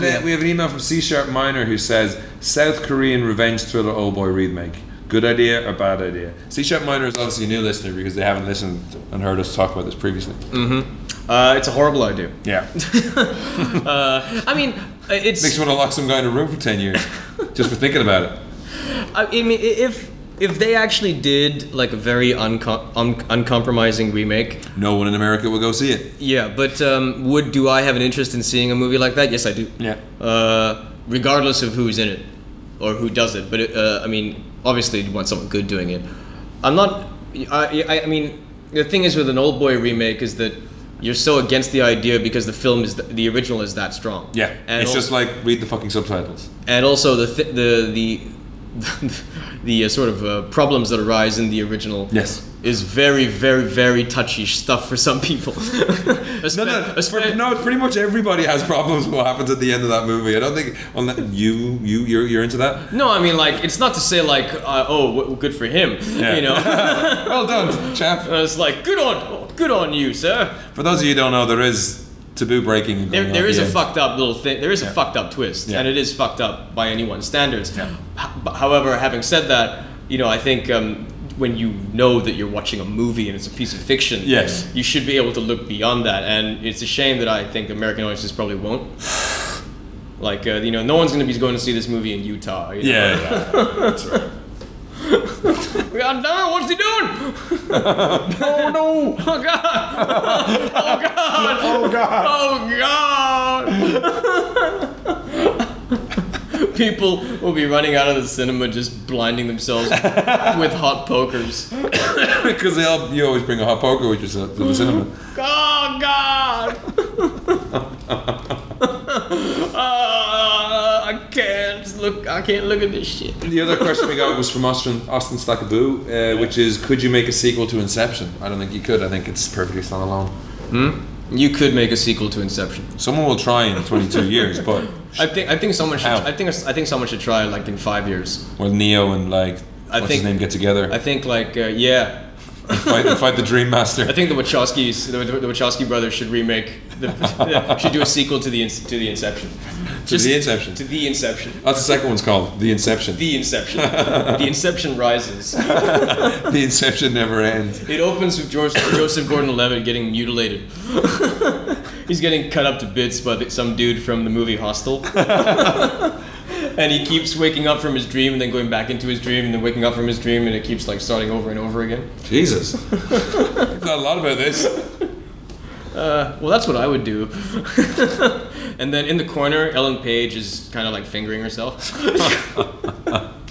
do we then have? we have an email from C Sharp Minor who says South Korean revenge thriller Oh Boy remake. Good idea or bad idea? C Sharp Minor is obviously a new listener because they haven't listened and heard us talk about this previously. Uh, it's a horrible idea. Yeah. Uh, I mean, uh, Makes it's. you want to lock some guy in a room for 10 years just for thinking about it. I I mean, i- if if they actually did like a very uncom- un- uncompromising remake, No one in America will go see it. yeah. But um, would do I have an interest in seeing a movie like that? Yes, I do. Yeah. uh, regardless of who's in it or who does it. But it, uh, I mean, obviously, you want someone good doing it. I'm not. I, I, I mean, the thing is with an old boy remake is that you're so against the idea because the film is th- the original is that strong. Yeah, and it's al- just like read the fucking subtitles. and also the th- the the the uh, sort of uh, problems that arise in the original. Yes. Is very, very, very touchy stuff for some people. Espe- No, no, espe- for- no. Pretty much everybody has problems with what happens at the end of that movie. I don't think unless you you you're, you're into that. No, I mean, like, it's not to say, like, uh, oh, w- good for him. Yeah. You know? well done, chap. And it's like, good on, good on you, sir. For those of you who don't know, there is taboo breaking. going There, on there at is the a end. fucked up little thing. There is a Yeah. fucked up twist, Yeah. and it is fucked up by anyone's standards. Yeah. H- but however, having said that, you know, I think um, when you know that you're watching a movie and it's a piece of fiction, Yes. you should be able to look beyond that. And it's a shame that I think American audiences probably won't. Like, uh, you know, no one's going to be going to see this movie in Utah. you know? Yeah, yeah. We got done. What's he doing? oh no! Oh god! Oh god! Oh god! Oh god! People will be running out of the cinema just blinding themselves with hot pokers. Because they all, you always bring a hot poker with yourself to the cinema. Oh god! Ah, I can't look. I can't look at this shit. The other question we got was from Austin, Austin Stackaboo, uh, which is, could you make a sequel to Inception? I don't think you could. I think it's perfectly standalone. You could make a sequel to Inception. Someone will try in 22 years, but I think. I think someone should. How? I think. I think someone should try like in five years. when Neo and like I what's think- his name get together I think like uh, yeah. and fight, and fight the Dream Master. I think the Wachowskis, the, the Wachowski brothers, should remake, the, should do a sequel to the Ins- to the Inception. Just- the Inception. To the Inception. That's the second one's called The Inception. The, The Inception. the Inception rises. Inception never ends. It opens with George, Joseph Gordon-Levitt getting mutilated. He's getting cut up to bits by the, some dude from the movie Hostel. and he keeps waking up from his dream and then going back into his dream and then waking up from his dream and it keeps like starting over and over again. Jesus, I've thought a lot about this. Uh, well, that's what I would do. and then in the corner, Ellen Page is kind of like fingering herself.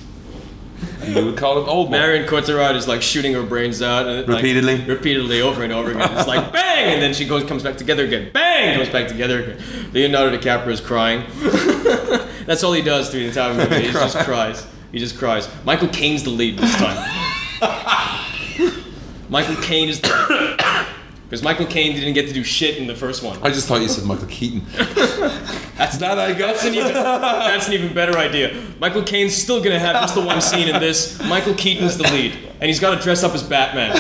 You would call it old boy. Marion Cotillard is like shooting her brains out and, like, Repeatedly? repeatedly over and over again. It's like bang, and then she goes comes back together again. Bang, comes back together again. Leonardo DiCaprio is crying. that's all he does through the entire movie. He just cries. He just cries. Michael Caine's the lead this time. Michael Caine is the because Michael Caine didn't get to do shit in the first one. I just thought you said Michael Keaton. That's not I got. That's an even, that's an even better idea. Michael Caine's still gonna have just the one scene in this. Michael Keaton's the lead, and he's got to dress up as Batman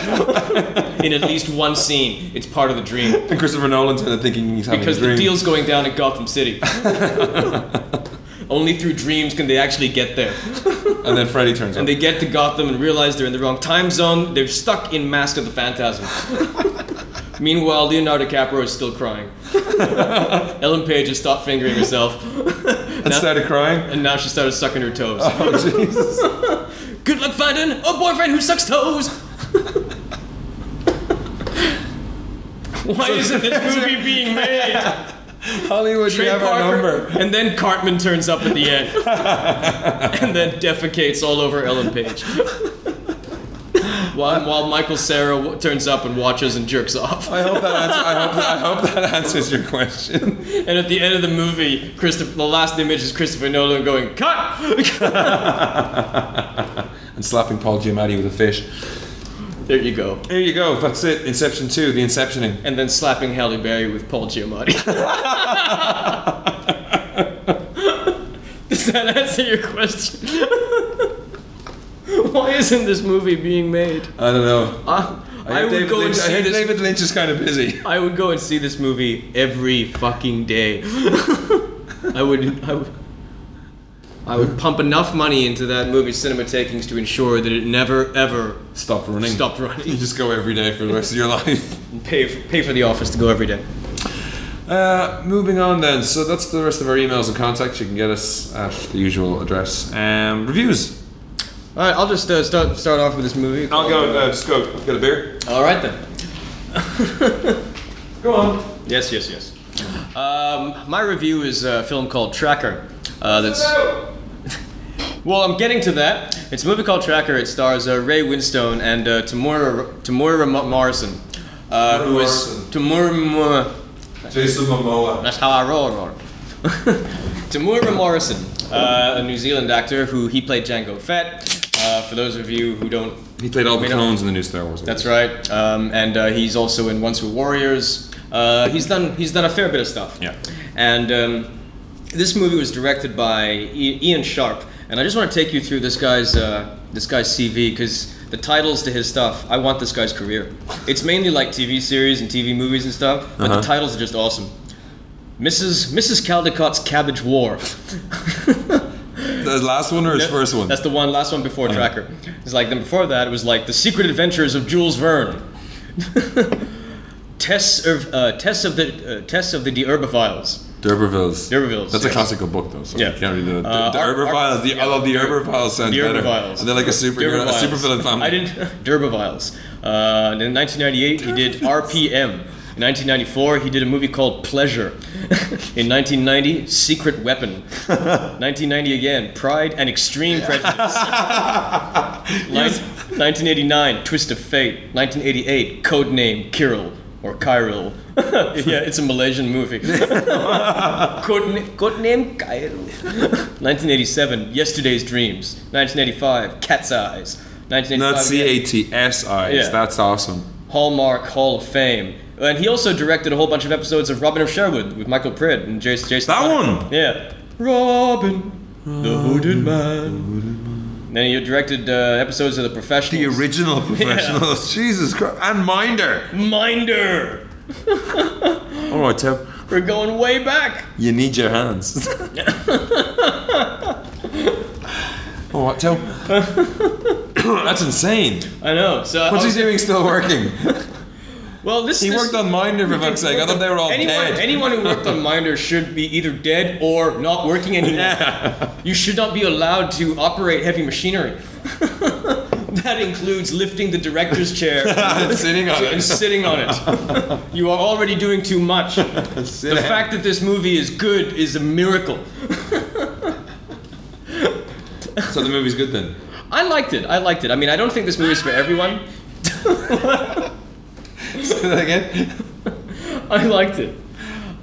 in at least one scene. It's part of the dream And Christopher Nolan's kind of thinking he's having because a dream. the deal's going down at Gotham City. Only through dreams can they actually get there. and then Freddy turns And up. they get to Gotham and realize they're in the wrong time zone. They're stuck in Mask of the Phantasm. Meanwhile, Leonardo DiCaprio is still crying. Ellen Page has stopped fingering herself. and started crying. and now she started sucking her toes. Oh Jesus! Good luck finding a boyfriend who sucks toes. Why isn't this movie being made? Hollywood, you Trey have our Parker, number. and then Cartman turns up at the end, and then defecates all over Ellen Page. While, while Michael Sarah w- turns up and watches and jerks off. I hope that answer, I hope that, I hope that answers your question. And at the end of the movie, Christopher, the last image is Christopher Nolan going, Cut! And slapping Paul Giamatti with a fish. there you go. There you go. That's it. Inception two. The Inceptioning. and then slapping Halle Berry with Paul Giamatti. Does that answer your question? Why isn't this movie being made? I don't know. I, I hear would David go and Lynch, I see hear this. David Lynch is kind of busy. I would go and see this movie every fucking day. I would. I would. I would pump enough money into that movie's cinema takings to ensure that it never ever Stop running. stopped You running. just go every day for the rest of your life. Pay for, pay for the office to go every day. Uh, moving on then. So that's the rest of our emails and contacts. You can get us at the usual address. Um, reviews. All right, I'll just uh, start start off with this movie. I'll go. Uh, just go. Get a beer. All right then. Go on. Yes, yes, yes. Um, my review is a film called Tracker. Uh, that's Well, I'm getting to that. It's a movie called Tracker. It stars uh, Ray Winstone and uh, Tamura Tamura Ma- Morrison, uh, who is Morrison. Tamura. Ma- Jason Momoa. that's how I roll. roll. Tamura Morrison, uh, a New Zealand actor who he played Django Fett. Uh, for those of you who don't, He played all the We don't- clones in the new Star Wars. that's right. Um, and uh, he's also in Once Were Warriors. Uh, he's done he's done a fair bit of stuff. Yeah. And um, this movie was directed by I- Ian Sharp, and I just want to take you through this guy's uh, this guy's CV because the titles to his stuff. I want this guy's career. It's mainly like TV series and TV movies and stuff, but Uh-huh. the titles are just awesome. Mrs. Mrs. Caldicott's Cabbage War. The last one or his That- first one? That's the one, last one before Tracker. It's like, then before that, it was like The Secret Adventures of Jules Verne. Tess of, uh, Tess of the uh, Tess of the Deherbophiles. D'Urbervilles. D'Urbervilles, That's a yes. classical book, though. So Yeah. yeah. Can't read the, the, Uh, Ar- D'Urbervilles. The, I love the D'Urbervilles sounds better. D'Urbervilles. And they're like a super, a D'Urbervilles. super villain family. I didn't. D'Urbervilles. Uh, and in 1998, he did RPM. In 1994, he did a movie called Pleasure. in 1990, Secret Weapon. 1990 again, Pride and Extreme Prejudice. Nin- 1989, Twist of Fate. 1988, Codename Kirill or Kyril. yeah, it's a Malaysian movie. Codename, codename Kyril. 1987, Yesterday's Dreams. 1985, Cat's Eyes. 1985, Not C A T S I. Oh, Yeah. That's awesome. Hallmark Hall of Fame. And he also directed a whole bunch of episodes of Robin of Sherwood with Michael Pridd and Jason. Jason That Bonner. one? Yeah. Robin, the Hooded Man. Then he directed uh, episodes of The The Professionals. original professionals. Jesus Christ. And Minder. Minder. All right, Tim. We're going way back. Oh, You need your hands. All right, Tim. Oh, That's insane. I know. So What's I he was- doing still working? Well, this He this- worked on Minder for fuck's sake. I thought they were all anyone, dead. Anyone who worked on Minder should be either dead or not working anymore. You should not be allowed to operate heavy machinery. that includes lifting the director's chair And sitting on and it. sitting on it. You are already doing too much. The Sit down. fact that this movie is good is a miracle. so the movie's good then. I liked it. I liked it. I mean, I don't think this movie is for everyone. Say that again. I liked it.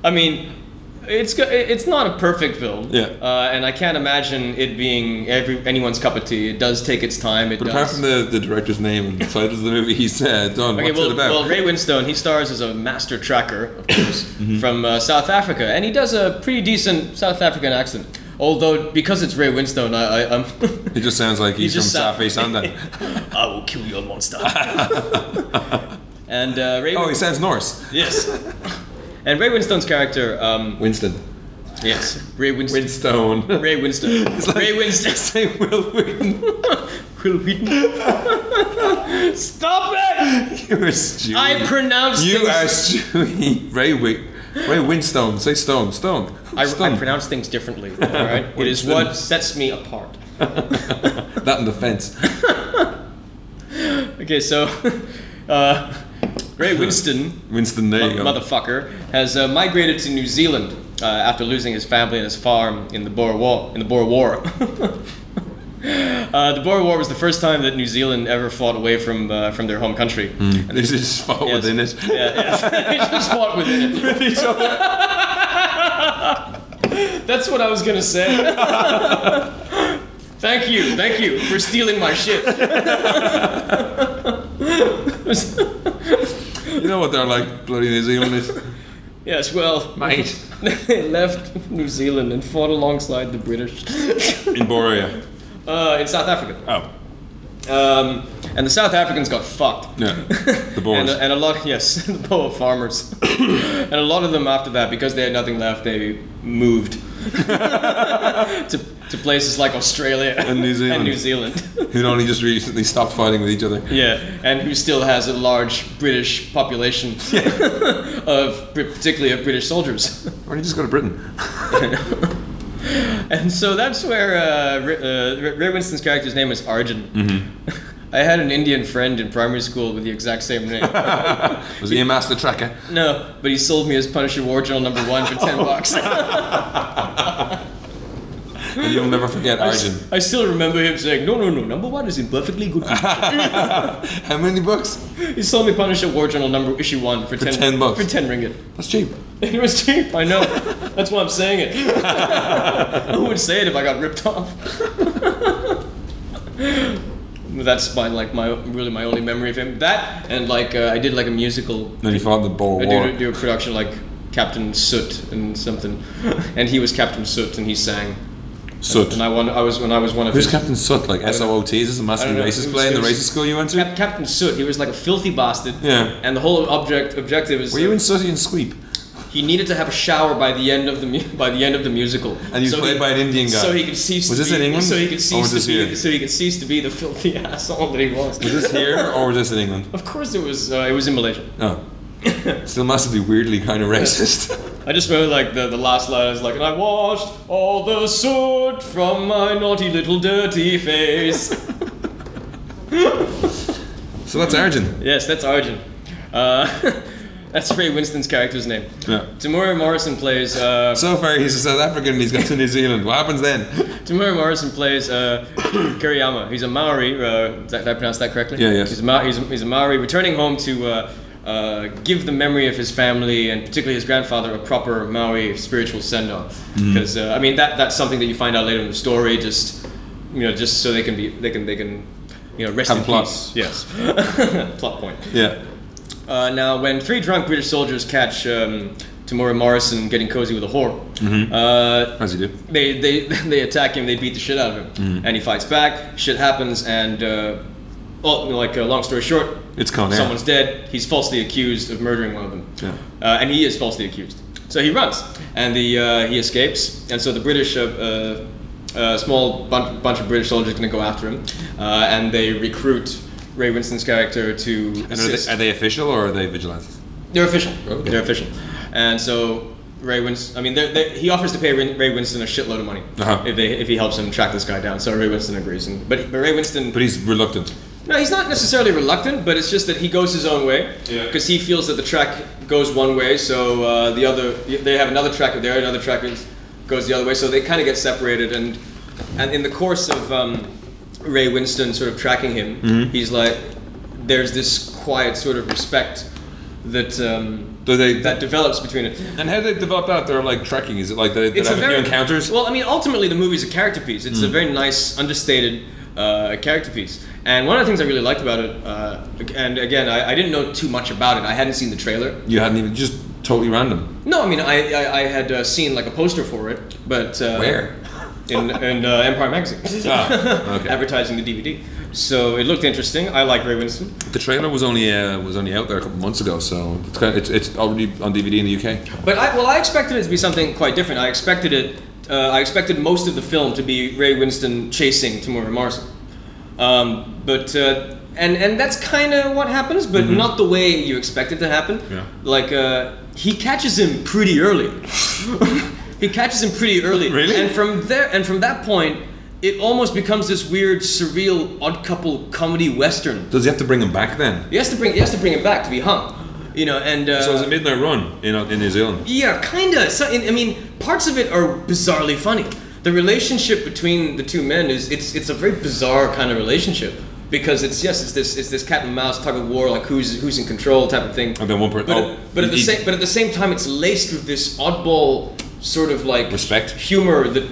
I mean, it's go- it's not a perfect film. Yeah. Uh, and I can't imagine it being every anyone's cup of tea. It does take its time. It But does. apart from the, the director's name and the title of the movie, he's uh, done. Okay, What's well, it about? well, Ray Winstone, he stars as a master tracker, of course, Mm-hmm. from uh, South Africa, and he does a pretty decent South African accent. Although, because it's Ray Winstone, I, I, I'm he just sounds like he's from just sound- South East London. I will kill your monster. and uh, Ray. oh, he sounds Norse. yes. And Ray Winstone's character, um, Winston. yes, Ray Winstone. Winstone. Ray Winston. Ray Winston. Say Will Wheaton. Will Wheaton. Stop it! You are stupid. I pronounced You things. are stupid. Ray Wheat. Ray Winstone. Say Stone. Stone. I, I Stone. pronounce things differently. All right, it is Winston. what sets me apart. that in the fence. Okay, so uh, Ray Winston, Winston, there you go. motherfucker, has uh, migrated to New Zealand uh, after losing his family and his farm in the Boer War. In the Boer War. Uh, the Boer War was the first time that New Zealand ever fought away from uh, from their home country. There's his fault Yes. within it. Yeah, yeah. They just fought within it. That's what I was gonna say. thank you, thank you for stealing my shit. You know what they're like, bloody New Zealanders. yes, well, Mate. they left New Zealand and fought alongside the British In Borea. uh, in South Africa. Oh. Um, and the South Africans got fucked. Yeah. The Boers. And, and a lot, yes, the Boer farmers. and a lot of them after that, because they had nothing left, they moved to, to places like Australia And New Zealand. And New Zealand. Who'd only just recently stopped fighting with each other. yeah, and who still has a large British population of particularly of British soldiers. Why don't you just go to Britain? And so that's where uh, Ri- uh, Ray Winston's character's name is Arjun. I had an Indian friend in primary school with the exact same name. Was he a master tracker? no, but he sold me his Punisher War Journal number one for ten bucks. and you'll never forget Arjun. I still remember him saying, "No, no, no. Number one is in perfectly good." condition." How many books? he sold me Punisher War Journal number issue one for, 10 bucks. For ten ringgit. That's cheap. It was cheap. I know. That's why I'm saying it. Who would say it if I got ripped off? That's my like my really my only memory of him. That and like uh, I did like a musical Then he fought the Boer I War. do, do a production like Captain Soot and something, and he was Captain Soot and he sang. Soot. And I won. I was when I was one of Who's his. Captain Soot? Like S O O T? Is this a I massively don't know. racist Who's- play in the who's- racist school you went to? Cap- Captain Soot. He was like a filthy bastard. Yeah. And the whole object objective is Were you in Sooty and Sweep? he needed to have a shower by the end of the mu- by the end of the musical. And he was played by an Indian guy. So he could cease. Was to this be, in England? So he Or could was cease this to be. here? So he could cease to be the filthy asshole that he was. Was this here or was this in England? Of course, it was. Uh, it was in Malaysia. No. Still massively weirdly kind of racist. I just remember like the, the last line is like, and I washed all the soot from my naughty little dirty face. so that's Arjun. yes, that's Arjun. Uh, that's Ray Winston's character's name. Yeah. Tamura Morrison plays. Uh, So far he's a South African and he's got to New Zealand. What happens then? Tamura Morrison plays uh, Kuriyama. He's a Maori. Uh, did I- did I pronounce that correctly? Yeah, yes. He's a, Ma- he's, a, he's a Maori returning home to uh, uh, give the memory of his family and particularly his grandfather a proper Maori spiritual send off. Mm. Because uh, I mean that that's something that you find out later in the story. Just you know, just so they can be they can they can you know rest Have in plot. peace. Yes, plot point. Yeah. Uh, now, when three drunk British soldiers catch um, Tamura Morrison getting cozy with a whore. Mm-hmm. Uh, As you do. they they they attack him. They beat the shit out of Mm. him, and he fights back. Shit happens, and uh, well, like uh, long story short, It's Con Air. someone's dead. He's falsely accused of murdering one of them, Yeah. uh, and he is falsely accused. So he runs, and the uh, he escapes, and so the British. Uh, uh, uh, small bunch, bunch of British soldiers going to go after him, uh, and they recruit Ray Winston's character to And are assist. they, are they official or are they vigilantes? They're official. Oh, Okay. They're official. And so Ray Winston, I mean, they're, they're, he offers to pay Ray Ray Winston a shitload of money Uh-huh. if, they, if he helps him track this guy down. So Ray Winston agrees. And, but, but Ray Winston, But he's reluctant. no, he's not necessarily reluctant, but it's just that he goes his own way Yeah. because he feels that the track goes one way. So uh, the other, they have another track there, another track is, goes the other way. So they kind of get separated. And and in the course of um, Ray Winston sort of tracking him, Mm-hmm. he's like, there's this quiet sort of respect that. Um, Do they that develops between it. And how do they develop that? They're like tracking. Is it like they, they It's have a very new encounters? Mm. Well, I mean, ultimately the movie's a character piece. It's a very nice, understated uh, character piece. And one of the things I really liked about it, uh, and again, I, I didn't know too much about it. I hadn't seen the trailer. you hadn't even just totally random. No, I mean, I I, I had uh, seen like a poster for it, but uh, Where? In, in uh, Empire magazine, Ah, okay. advertising the DVD. So it looked interesting. I like Ray Winston. The trailer was only uh, was only out there a couple months ago, so it's, kind of, it's it's already on DVD in the UK. But I, well, I expected it to be something quite different. I expected it. Uh, I expected most of the film to be Ray Winston chasing Tamura Morrison. Um, but uh, and and that's kind of what happens, but not the way you expect it to happen. Mm-hmm. Yeah. Like uh, he catches him pretty early. he catches him pretty early. Really? And from there, and from that point, it almost becomes this weird, surreal, odd couple comedy western. Does he have to bring him back then? He has to bring he has to bring him back to be hung. You know, and uh, So it's a midnight run in uh, in New Zealand. yeah, kinda. So, I I mean, parts of it are bizarrely funny. The relationship between the two men is it's it's a very bizarre kind of relationship because it's yes, it's this it's this cat and mouse tug of war, like who's who's in control type of thing. And then one per- But, oh, but at the he- same but at the same time, it's laced with this oddball sort of like Respect. humor that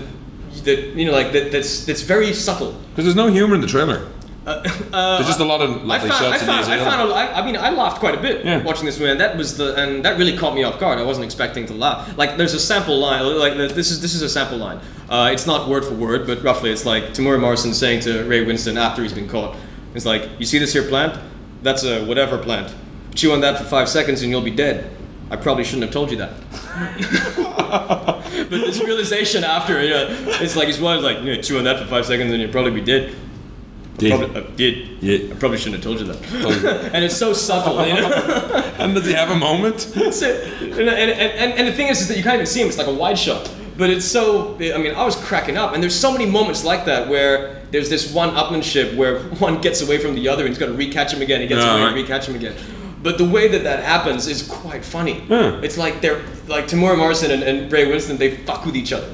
that you know like that that's that's very subtle. Because there's no humor in the trailer. Uh, uh, There's just a lot of I lovely found, I shots in New found, I, Zealand. found a, I, I mean, I laughed quite a bit Yeah. watching this movie, and that was the, and that really caught me off guard. I wasn't expecting to laugh. Like, there's a sample line, like the- this is this is a sample line. Uh, it's not word for word, but roughly, it's like Tamura Morrison saying to Ray Winston after he's been caught, it's like, "You see this here plant? That's a whatever plant. Chew on that for five seconds, and you'll be dead." I probably shouldn't have told you that. but this realization after, you know, it's like his wife's like, "Yeah, chew on that for five seconds, and you'll probably be dead." Probably, I did. Yeah. I probably shouldn't have told you that. Probably. and it's so subtle, you know. and does he have a moment? It's a- and, and, and, and the thing is, is that you can't even see him. It's like a wide shot. But it's so. I mean, I was cracking up. And there's so many moments like that where there's this one upmanship where one gets away from the other and he's got to recatch him again. He gets Yeah, away right. and recatch him again. But the way that that happens is quite funny. Hmm. It's like they're like Tamora Morrison and, and Ray Winston. They fuck with each other.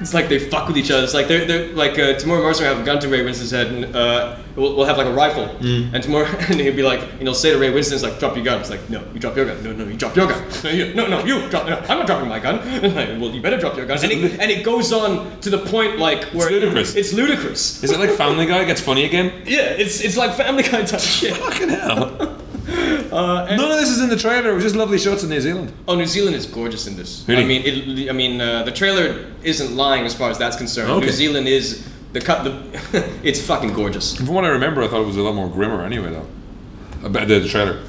It's like they fuck with each other. It's like they're, they're like uh, Tamora Mercer have a gun to Ray Winston's head, and uh, we'll, we'll have like a rifle, and Tamora and he'll be like, you know, say to Ray Winston, it's like drop your gun. It's like no, you drop your gun. No, no, you drop your gun. No, you, no, no, you drop. No, I'm not dropping my gun. Like, well, you better drop your gun. And it, and it goes on to the point like where ludicrous. It's ludicrous. Is it like Family Guy gets funny again? Yeah, it's it's like Family Guy type shit. Fucking hell. Uh, and- None of this is in the trailer. It was just lovely shots in New Zealand. Oh, New Zealand is gorgeous in this. Really? I mean, it, I mean, uh, the trailer isn't lying as far as that's concerned. Okay. New Zealand is the cut. The it's fucking gorgeous. From what I remember, I thought it was a lot more grimmer anyway, though. About the, the trailer.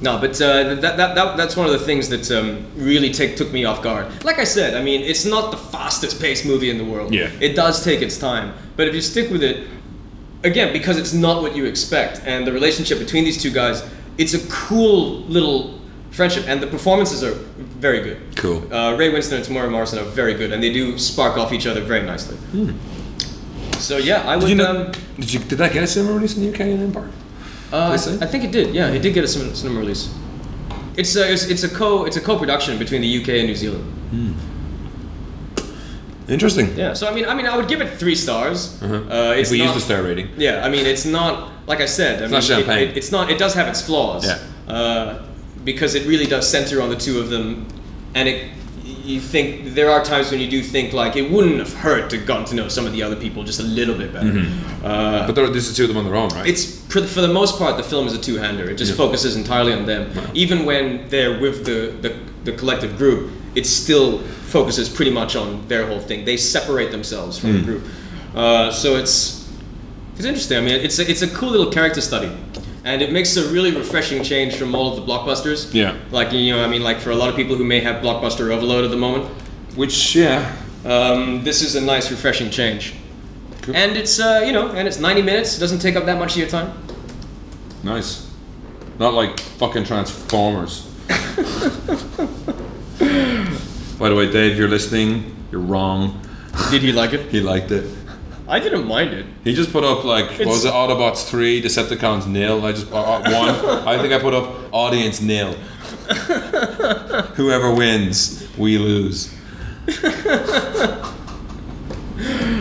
No, but uh, that, that, that that's one of the things that um, really take, took me off guard. Like I said, I mean, it's not the fastest paced movie in the world. Yeah. It does take its time, but if you stick with it, again, because it's not what you expect, and the relationship between these two guys, it's a cool little friendship, and the performances are very good. Cool. Uh, Ray Winston and Tamora Morrison are very good, and they do spark off each other very nicely. So yeah, I would. Hmm. Did you know? um, Did, you, did that get a cinema release in the UK and Empire? uh, I, They say? I think it did. Yeah, it did get a cin- cinema release. It's a it's, it's a co it's a co-production between the UK and New Zealand. Interesting. Yeah. So I mean I mean I would give it three stars. Uh, Uh-huh. if it's we not, use the star rating. Yeah. I mean it's not like I said. I mean, not it- champagne. It, it's not. It does have its flaws. Yeah. Uh, because it really does center on the two of them, and it you think there are times when you do think like it wouldn't have hurt to gotten to know some of the other people just a little bit better. Mm-hmm. Uh, But there, this is two of them on their own, right? it's for the, for the most part the film is a two-hander. It just Yeah. focuses entirely on them. Even when they're with the, the the collective group, it still focuses pretty much on their whole thing. They separate themselves from Hmm. the group, uh, so it's it's interesting. I mean, it's a, it's a cool little character study, and it makes a really refreshing change from all of the blockbusters. Yeah. like you know, I mean, like for a lot of people who may have blockbuster overload at the moment, which yeah. um, this is a nice refreshing change. And it's uh, you know, and it's 90 minutes. Doesn't take up that much of your time. Nice. Not like fucking Transformers. By the way, Dave, you're listening. You're wrong. Did you like it? He liked it. I didn't mind it. He just put up like what was it? It's- Autobots three, Decepticons nil. I just uh, uh, one. I think I put up audience nil. Whoever wins, we lose.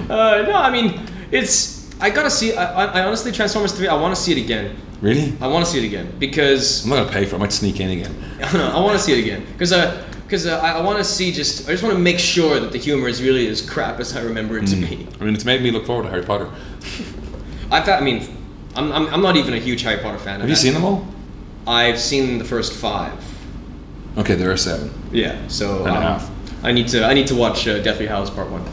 Uh, no, I mean, it's. I gotta see. I, I, I honestly, Transformers 3, I wanna see it again. Really? I wanna see it again. Because. I'm not gonna pay for. it. I might sneak in again. I wanna see it again. Because uh, cause, uh, I, I wanna see just. I just wanna make sure that the humor is really as crap as I remember it to be. I mean, it's made me look forward to Harry Potter. I, fa- I mean, I'm, I'm, I'm not even a huge Harry Potter fan. Have you seen them all? I've seen the first five. Okay, there are seven. Yeah, so. And a um, half. I need to I need to watch uh, Deathly Hallows Part 1.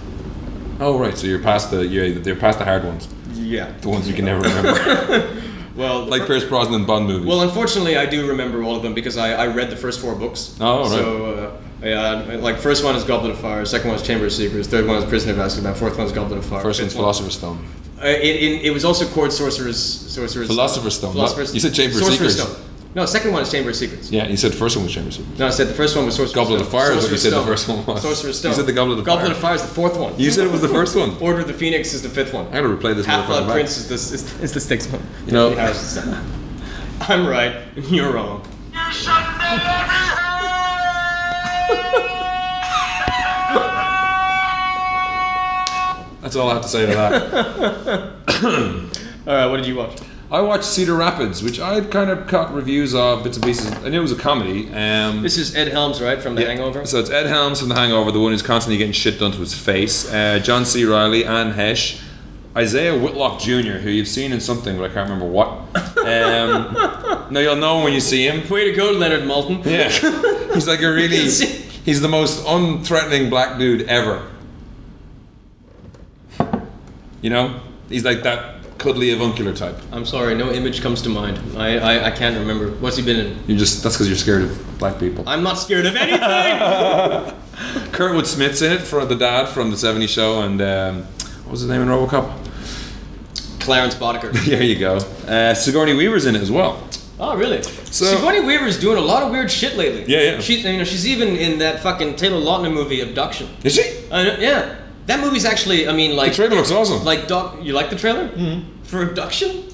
Oh right, so you're past the you're, they're past the hard ones, Yeah. the ones you can never remember, Well, the like fir- Pierce Brosnan Bond movies. Well, unfortunately, I do remember all of them because I, I read the first four books. Oh, right. So, uh, yeah, like, first one is Goblet of Fire, second one is Chamber of Secrets, third one is Prisoner of Azkaban, fourth one is Goblet of Fire. First one's fifth Philosopher's Stone. one- Uh, it, it, it was also called Sorcerer's. Sorcerer's Philosopher's Stone. Philosopher's You said Chamber of Sorcerer's Secrets. Stone. No, second one is Chamber of Secrets. Yeah, you said first one was Chamber of Secrets. No, I said the first one was Sorcerer's Goblet Stone. of Fire is what you Sorcerer's said the Stone. first one was. Sorcerer's You Stone. said the Goblet of Fire. is the fourth one. You said it was the first one. Order of the Phoenix is the fifth one. I gotta replay this Half motherfucker Blood back. Prince is the, is, is the sixth one. You know- Deathly Hallows is- I'm right, and you're wrong. You should never have. That's all I have to say to that. All right, what did you watch? I watched Cedar Rapids, which I had kind of caught reviews of bits and pieces. I knew it was a comedy. Um, This is Ed Helms, right, from The Hangover? So it's Ed Helms from The Hangover, the one who's constantly getting shit done to his face. Uh, John C. Riley, Anne Hesh, Isaiah Whitlock Jr., who you've seen in something, but I can't remember what. Um, no, you'll know when you see him. Way to go, Leonard Malton. Yeah, he's like a really. He's the most unthreatening black dude ever. You know, he's like that cuddly avuncular type. I'm sorry, no image comes to mind. I, I, I can't remember. What's he been in? You just that's because you're scared of black people. I'm not scared of anything! Kurtwood Smith's in it for the dad from the 70s show, and um, what was his name in RoboCop? Clarence Boddicker. There you go. Uh, Sigourney Weaver's in it as well. Oh, really? So- Sigourney Weaver's doing a lot of weird shit lately. Yeah, yeah. She's, you know, she's even in that fucking Taylor Lautner movie, Abduction. Is she? I know- yeah. That movie's actually, I mean, The like. trailer looks awesome. Like, doc, you like the trailer? Mm-hmm. For Abduction?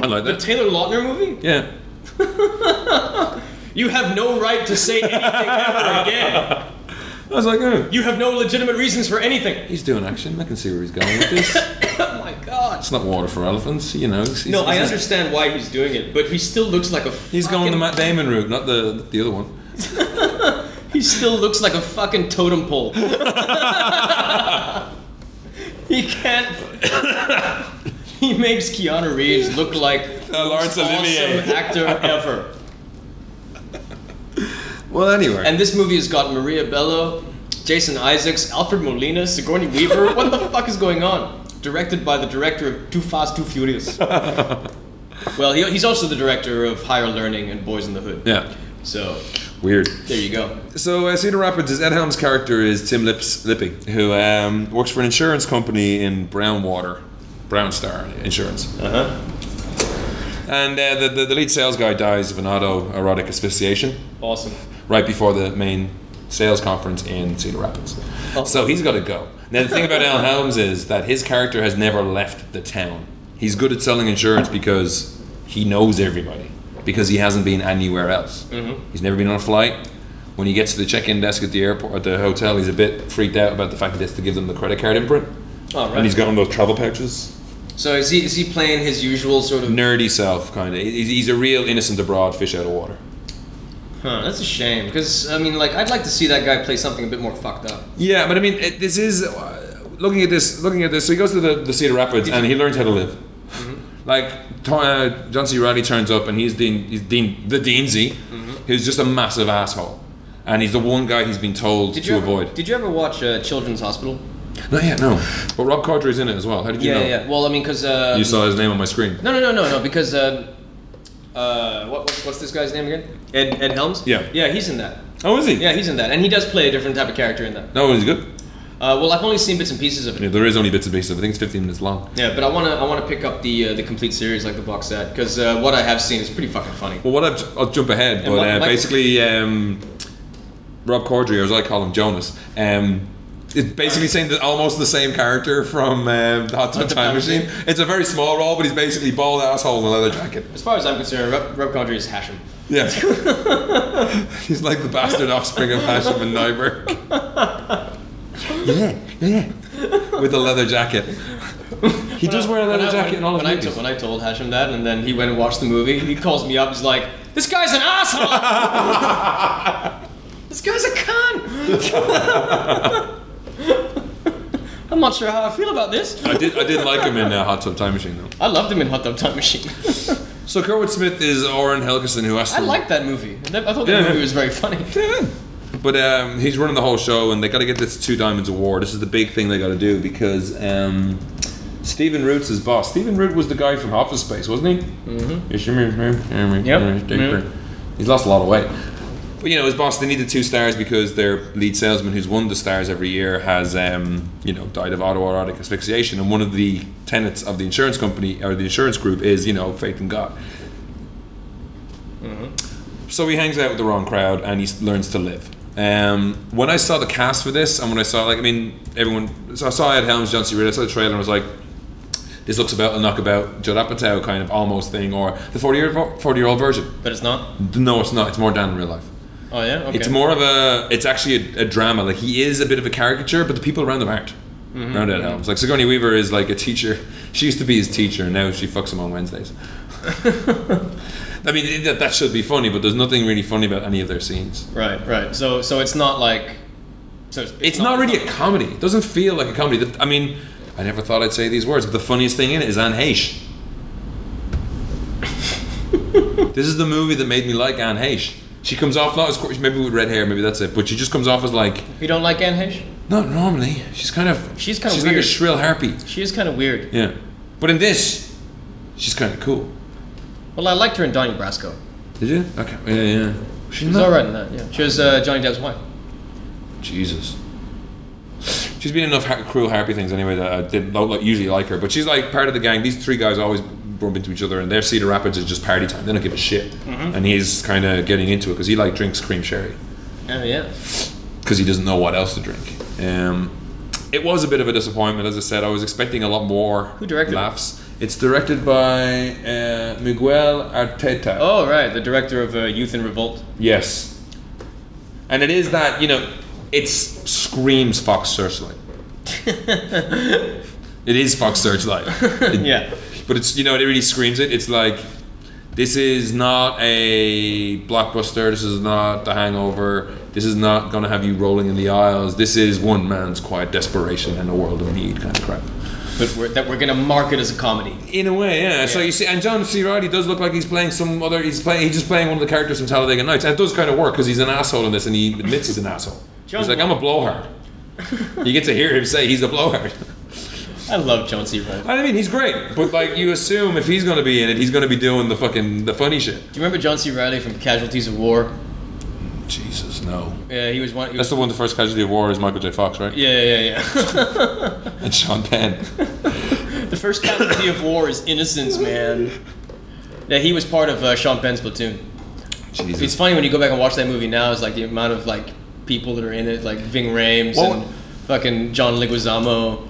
I like The that. Taylor Lautner movie? yeah. You have no right to say anything ever again. I was like, oh, You have no legitimate reasons for anything. he's doing action. I can see where he's going with this. oh my god. It's not water for elephants, you know. He's, No, I he's- understand why he's doing it, but he still looks like a. He's going the fucking- Matt Damon route, not the the other one. He still looks like a fucking totem pole. he can't. he makes Keanu Reeves look like Uh, Laurence the most Olivier. awesome actor ever. Well, anyway. And this movie has got Maria Bello, Jason Isaacs, Alfred Molina, Sigourney Weaver. what the fuck is going on? Directed by the director of Too Fast, Too Furious. well, he, he's also the director of Higher Learning and Boys in the Hood. yeah, So weird. there you go. So uh, Cedar Rapids is Ed Helms' character is Tim Lips Lippy, who um, works for an insurance company in Brownwater, Brown Star Insurance. Uh huh. And uh, the, the the lead sales guy dies of an autoerotic asphyxiation Awesome. right before the main sales conference in Cedar Rapids. Oh. So he's got to go. Now the thing about Ed Helms is that his character has never left the town. He's good at selling insurance because he knows everybody because he hasn't been anywhere else. Mm-hmm. He's never been on a flight. When he gets to the check-in desk at the airport at the hotel, he's a bit freaked out about the fact that he has to give them the credit card imprint. All right. And he's got on those travel pouches. So is he is he playing his usual sort of? Nerdy self, kind of. He's a real innocent abroad fish out of water. Huh, that's a shame. Because I mean, like, I'd like to see that guy play something a bit more fucked up. Yeah, but I mean, it, this is uh, looking at this. Looking at this, so he goes to the, the Cedar Rapids and he learns how to live. Mm-hmm. Like to, uh, John C. Riley turns up and he's Dean, he's Dean, the Deansy, Mm-hmm. who's just a massive asshole, and he's the one guy he's been told Did to you ever, avoid. Did you ever watch uh, Children's Hospital? Not yet, no. But Rob Corddry's in it as well. How did you Yeah, know? yeah. Well, I mean, because uh, You saw his name on my screen. no, no, no, no, no, because uh, uh, what, what's, what's this guy's name again? Ed Ed Helms. Yeah. Yeah, he's in that. Oh, is he? Yeah, he's in that, and he does play a different type of character in that. No, he's good. Uh, well, I've only seen bits and pieces of it. Yeah, there is only bits and pieces. I think it's 15 minutes long. Yeah, but I wanna I wanna pick up the uh, the complete series like the box set because uh, what I have seen is pretty fucking funny. Well, what I've, I'll jump ahead, but what- uh, like- basically, um, Rob Corddry, or as I call him, Jonas, um, is basically saying that almost the same character from um, the Hot Tub Tub Time Time Machine. It's a very small role, but he's basically bald asshole in a leather jacket. As far as I'm concerned, Rob, Rob Corddry is Hashem. Yeah, he's like the bastard offspring of Hashem and Nyberg. yeah, yeah, with a leather jacket. He does wear a leather jacket in all of when I, his to- movies. when I told Hashem that, and then he went and watched the movie, he calls me up. He's like, "This guy's an asshole. this guy's a cunt." I'm not sure how I feel about this. I did, I did like him in uh, Hot Tub Time Machine though. I loved him in Hot Tub Time Machine. So Kerwood Smith is Oren Helgeson, who has to. I liked that movie. That- I thought that Yeah. movie was very funny. But um, he's running the whole show, and they got to get this two diamonds award. This is the big thing they got to do because um, Stephen Root's his boss. Stephen Root was the guy from Office Space, wasn't he? Mm-hmm. Yep. He's lost a lot of weight. But you know, his boss, they needed two stars because their lead salesman, who's won the stars every year, has um, you know died of autoerotic asphyxiation. And one of the tenets of the insurance company or the insurance group is you know faith in God. So he hangs out with the wrong crowd and he s- learns to live. Um, when I saw the cast for this, and when I saw like, I mean, everyone. So I saw Ed Helms, John C. Reed. I saw the trailer, and I was like, this looks about a knockabout Judd Apatow kind of almost thing, or the forty-year forty-year-old version. But it's not. No, it's not. It's more down in real life. Oh yeah. Okay. It's more of a. It's actually a, a drama. Like he is a bit of a caricature, but the people around him aren't. Around Ed Helms, like Sigourney Weaver is like a teacher. She used to be his teacher, and now she fucks him on Wednesdays. I mean, it- that, that should be funny, but there's nothing really funny about any of their scenes. Right. Right. So so it's not like. So it's, It's not really a comedy. It doesn't feel like a comedy. The- I mean, I never thought I'd say these words, but the funniest thing in it is Anne Heche. this is the movie that made me like Anne Heche. She comes off not as qu- maybe with red hair, maybe that's it, but she just comes off as like You don't like Anne Heche? Not normally. She's kind of. She's kind of She's like a weird. shrill harpy. She is kind of weird. Yeah. But in this, she's kind of cool. Well, I liked her in Donnie Brasco. Did you? Okay. Yeah, yeah. She was alright in that. Yeah. She was uh, Johnny Depp's wife. Jesus. She's been in enough har- cruel harpy things anyway that I didn't don't like, usually like her. But she's like part of the gang. These three guys always bump into each other, and their Cedar Rapids is just party time. They don't give a shit. Mm-hmm. And he's kind of getting into it because he like drinks cream sherry. Oh yeah. because he doesn't know what else to drink. Um, it was a bit of a disappointment, as I said. I was expecting a lot more. Who directed it? Laughs. It's directed by uh, Miguel Arteta. Oh right, the director of uh, Youth in Revolt. Yes. And it is that you know It screams Fox Searchlight. it is Fox Searchlight. It- Yeah. But it's you know it really screams it. It's like this is not a blockbuster. This is not The Hangover. This is not gonna have you rolling in the aisles. This is one man's quiet desperation in a world of need kind of crap. But we're, that we're gonna market as a comedy. In a way, yeah. So Yeah. you see, and John C. Riley does look like he's playing some other. He's playing. He's just playing one of the characters from Talladega Nights, and it does kind of work because he's an asshole in this, and he admits he's an asshole. John- he's like, I'm a blowhard. you get to hear him say he's a blowhard. I love John C. Reilly. I mean, he's great, but like you assume if he's gonna be in it, he's gonna be doing the fucking the funny shit. Do you remember John C. Riley from Casualties of War? Jesus, no. Yeah, he was one. He was, That's the one. The first casualty of war is Michael J. Fox, right? yeah, yeah, yeah. And Sean Penn. The first casualty of war is innocence, man. Yeah, he was part of uh, Sean Penn's platoon. It's Jesus. funny when you go back and watch that movie now. It's like the amount of like people that are in it, like Ving Rhames Well- and fucking John Leguizamo,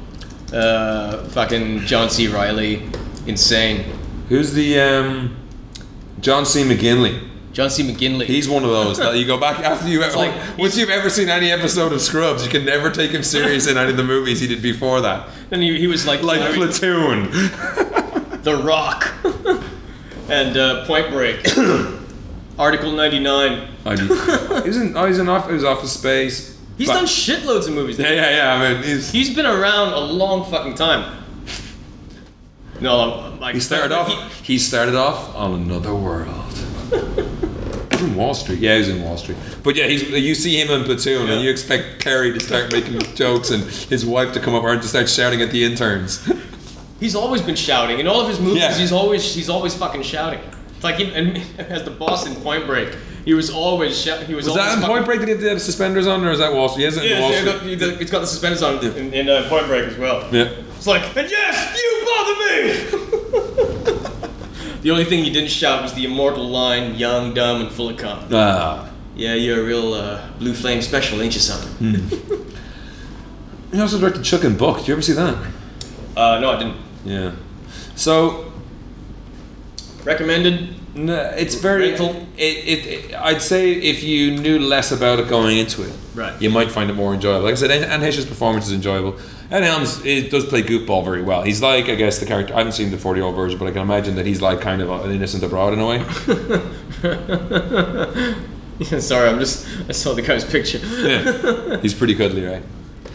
uh, fucking John C. Riley, insane. Who's the um, John C. McGinley? John C. McGinley. He's one of those that you go back after you ever, like- like once you've ever seen any episode of Scrubs, you can never take him serious in any of the movies he did before that. and he, he was like Like Larry- Platoon. The Rock, and uh, Point Break, Article ninety nine. he was in, oh, he's in off, he was Office Space. He's But- done shitloads of movies. Yeah, yeah, yeah. I mean, he's, He's been around a long fucking time. No, I'm, like he started off. He started off on another world. From Wall Street, yeah, he's in Wall Street. But yeah, he's you see him in Platoon, Yeah. and you expect Carrie to start making jokes and his wife to come up and to start shouting at the interns. he's always been shouting in all of his movies. Yeah. He's always he's always fucking shouting. It's like he, and as the boss in Point Break, he was always shouting. He was, Was always that in fucking- Point Break that he had the suspenders on, or is that Wall Street? He has it in Yeah, Wall it's- Street. it's got- it's got the suspenders on in, in uh, Point Break as well. Yeah. It's like, and yes, you bother me. the only thing he didn't shout was the immortal line, "Young, dumb, and full of cum." Ah. Yeah, you're a real uh, blue flame special, ain't you, son? Hmm. He also directed Chuck and Buck. Did you ever see that? Uh, no, I didn't. Yeah. So Recommended. n- it's very. Rental? It, it, it. I'd say if you knew less about it going into it, Right. you might find it more enjoyable. Like I said, Anne Anne Heche's performance is enjoyable. And Helms it does play goofball very well. He's like, I guess, the character. I haven't seen the forty-year-old version, but I can imagine that he's like kind of an innocent abroad in a way. Yeah, Sorry, I'm just I saw the guy's picture. Yeah. He's pretty cuddly, right?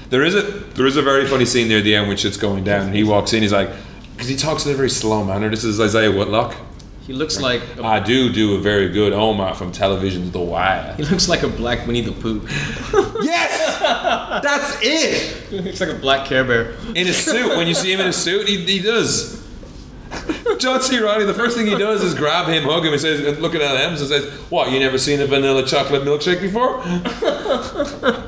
There is a there is a very funny scene near the end which it's going down. He walks in, he's like, because he talks in a very slow manner. This is Isaiah Whitlock. He looks like a, I do do a very good Omar from television's The Wire. he looks like a black Winnie the Pooh. Yes, that's it. he looks like a black Care Bear. In a suit, when you see him in a suit, he, he does. John C. Riley, the first thing he does is grab him, hug him, and says, and looking at him, and says, "What? You never seen a vanilla chocolate milkshake before?" Oh,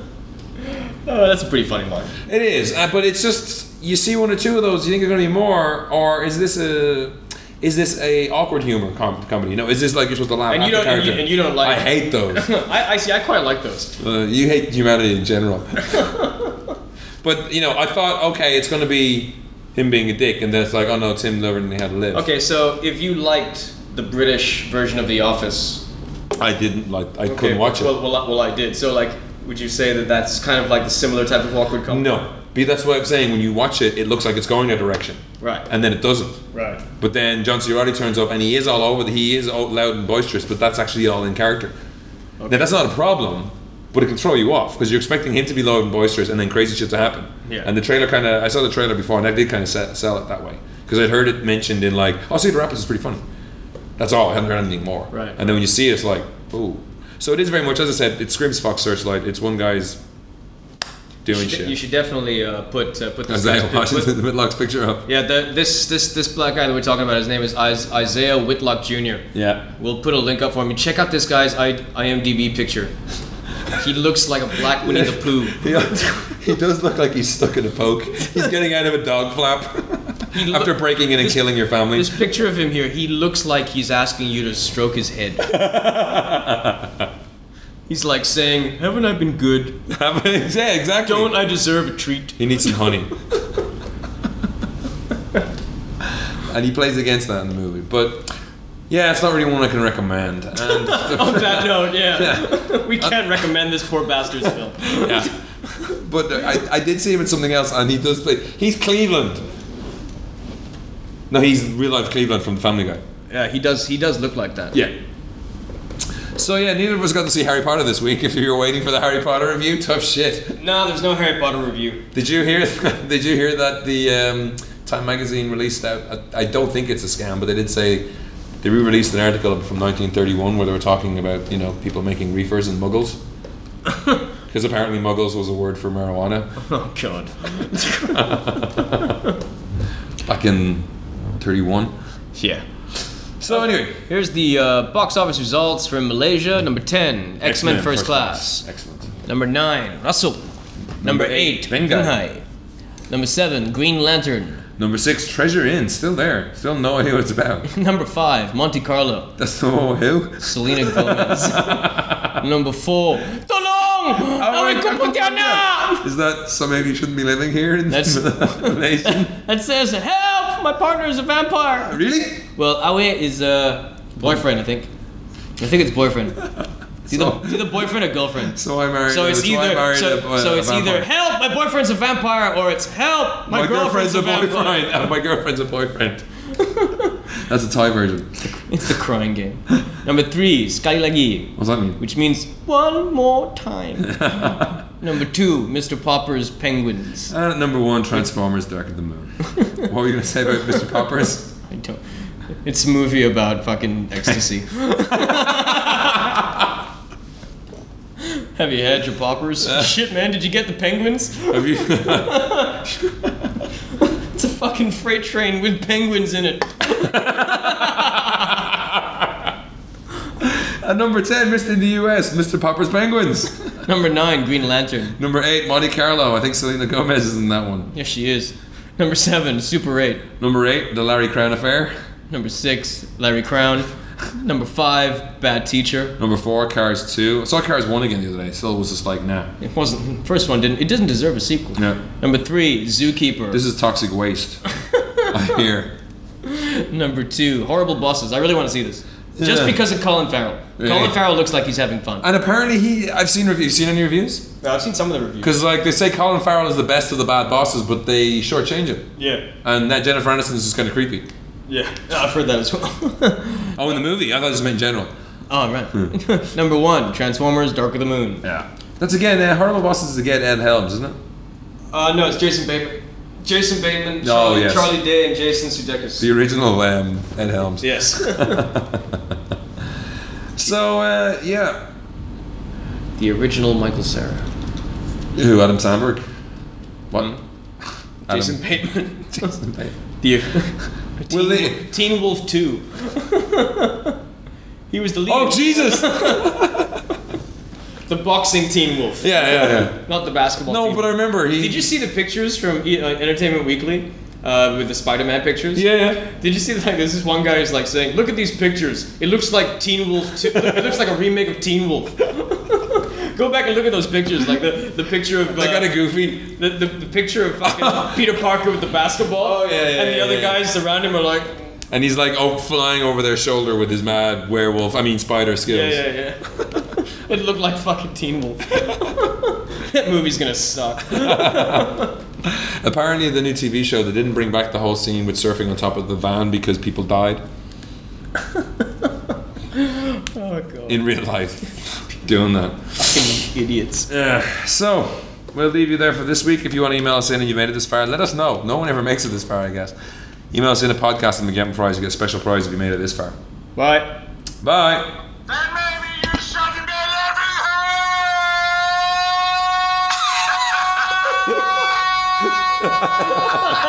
that's a pretty funny line. It is, uh, but it's just you see one or two of those, you think there's going to be more, or is this a is this a awkward humor com- comedy? No, is this like you're supposed to laugh And at you the don't- and you- character? and you don't like- I hate those. I, I see. I quite like those. Uh, you hate humanity in general. but you know, I thought, okay, it's going to be him being a dick, and then it's like, oh no, Tim learning how to live. Okay, so if you liked the British version of The Office, I didn't like. I okay, couldn't watch it. Well, well, I- well, I did. So, like, would you say that that's kind of like the similar type of awkward comedy? no, but that's what I'm saying. When you watch it, it looks like it's going a direction, Right. and then it doesn't. right. But then John C. Reilly turns up and he is all over. The, he is out loud and boisterous, but that's actually all in character. Now that's not a problem, but it can throw you off because you're expecting him to be loud and boisterous, and then crazy shit to happen. Yeah. And the trailer kind of—I saw the trailer before, and I did kind of sell, sell it that way because I'd heard it mentioned in like, "Oh, Cedar Rapids is pretty funny." That's all. I hadn't heard anything more. Right. And then when you see it, it's like, "Ooh." So it is very much, as I said, it screams Fox Searchlight. It's one guy's doing You should, shit. you should definitely uh, put uh, put this. Isaiah guy's- put- Washington Whitlock's picture up. yeah, the, this this this black guy that we're talking about, his name is Is- Isaiah Whitlock Jr. Yeah. We'll put a link up for him. Check out this guy's I- IMDb picture. He looks like a black Winnie the Pooh. He, he does look like he's stuck in a poke. He's getting out of a dog flap He after look- breaking in and killing your family. This picture of him here, he looks like he's asking you to stroke his head. He's like saying, "Haven't I been good? yeah, exactly. Don't I deserve a treat?" He needs some honey. and he plays against that in the movie. But Yeah, it's not really one I can recommend. And On that note, yeah, Yeah. we can't recommend this poor bastard's film. Yeah. But uh, I, I did see him in something else, and he does play. He's Cleveland. No, he's real life Cleveland from the Family Guy. Yeah, he does. He does look like that. Yeah. So yeah, neither of us got to see Harry Potter this week. If you were waiting for the Harry Potter review, tough shit. No, there's no Harry Potter review. Did you hear? Did you hear that the um, Time magazine released out? I don't think it's a scam, but they did say they re-released an article from 1931 where they were talking about you know people making reefers and muggles because apparently muggles was a word for marijuana. Oh God. back in 31. Yeah. So anyway, Here's the uh, box office results from Malaysia. Number ten, X Men First, Class. Excellent. Number nine, Russell. Number, Number eight, eight, Vengai. Vengai. Number seven, Green Lantern. Number six, Treasure Inn, still there. Still no idea what it's about. Number five, Monte Carlo. That's the one who. Selena Gomez. Number four, Tolong! Away wait, ke Pontianak! Is that so? Maybe you shouldn't be living here in That's- Malaysia. That says, help! My partner is a vampire! really? Well, Awe is a boyfriend, I think. I think it's boyfriend. Is either, So- it's either boyfriend or girlfriend. So I married. So it's I either married so, a boy- so a it's either vampire. help my boyfriend's a vampire or it's help my, My girlfriend's a boyfriend, vampire. and my girlfriend's a boyfriend. That's a Thai version. It's the crying game. Number three, Sekali Lagi, What does that mean? which means one more time. Number two, Mr. Popper's Penguins. And at Uh, number one, Transformers: Dark of the Moon. what were you gonna say about Mr. Poppers? I don't. It's a movie about fucking ecstasy. Have you had your poppers? Shit, man, did you get the penguins? Have you? It's a fucking freight train with penguins in it. At number 10, Mr. in the US, Mr. Popper's Penguins. Number nine, Green Lantern. number 8, Monte Carlo. I think Selena Gomez is in that one. Yes, she is. Number seven, Super 8. Number 8, The Larry Crown Affair. Number six, Larry Crown. Number five, Bad Teacher. Number 4, Cars 2. I saw Cars 1 again the other day. Still was just like, nah. It wasn't. First one didn't. It doesn't deserve a sequel. No. Number three, Zookeeper. This is toxic waste. I hear. Number two, Horrible Bosses. I really want to see this. Just Yeah. because of Colin Farrell. Colin Yeah. Farrell looks like he's having fun. And apparently he, I've seen reviews. Seen any reviews? I've seen some of the reviews. Because like they say Colin Farrell is the best of the bad bosses, but they shortchange him. Yeah, And that Jennifer Aniston is just kind of creepy. yeah. I've heard that as well. Oh, in the movie, I thought it just meant general. oh, Hmm. right. Number one, Transformers Dark of the Moon. Yeah. That's again, uh, horrible bosses is again Ed Helms, isn't it? Uh, no, it's Jason Bateman. Jason Bateman, Charlie- Oh, yes. Charlie Day, and Jason Sudeikis. The original um, Ed Helms. Yes. So uh, yeah, the original Michael Sarah. who Adam Sandberg? What? Adam- Hmm. Jason Bateman. Jason Bateman. the Will Teen, they- Teen Wolf 2. he was the lead. Oh Jesus! yeah, the boxing Teen Wolf. yeah, yeah. Not the basketball No, Teen but I Wolf. remember he. Did you see the pictures from E- uh, Entertainment Weekly uh, with the Spider-Man pictures? Yeah, yeah. Did you see like this is one guy who's like saying, "Look at these pictures. It looks like Teen Wolf. Two. it looks like a remake of Teen Wolf." Go back and look at those pictures, like the, the picture of uh, I got a goofy. the, the, the picture of fucking uh, Peter Parker with the basketball. Oh, yeah, yeah, And the yeah, other yeah. guys around him are like, And he's like oh, flying over their shoulder with his mad werewolf. I mean spider yeah, skills. yeah, yeah. it looked like fucking Teen Wolf. that movie's gonna suck. Apparently, the new TV show they didn't bring back the whole scene with surfing on top of the van because people died oh god. in real life doing that. Fucking idiots. Yeah. So we'll leave you there for this week. If you want to email us in and you made it this far, let us know. No one ever makes it this far, I guess. Email us in a podcast and we get a prize. You get a special prize if you made it this far. Bye. Bye. Then maybe you shouldn't be living here.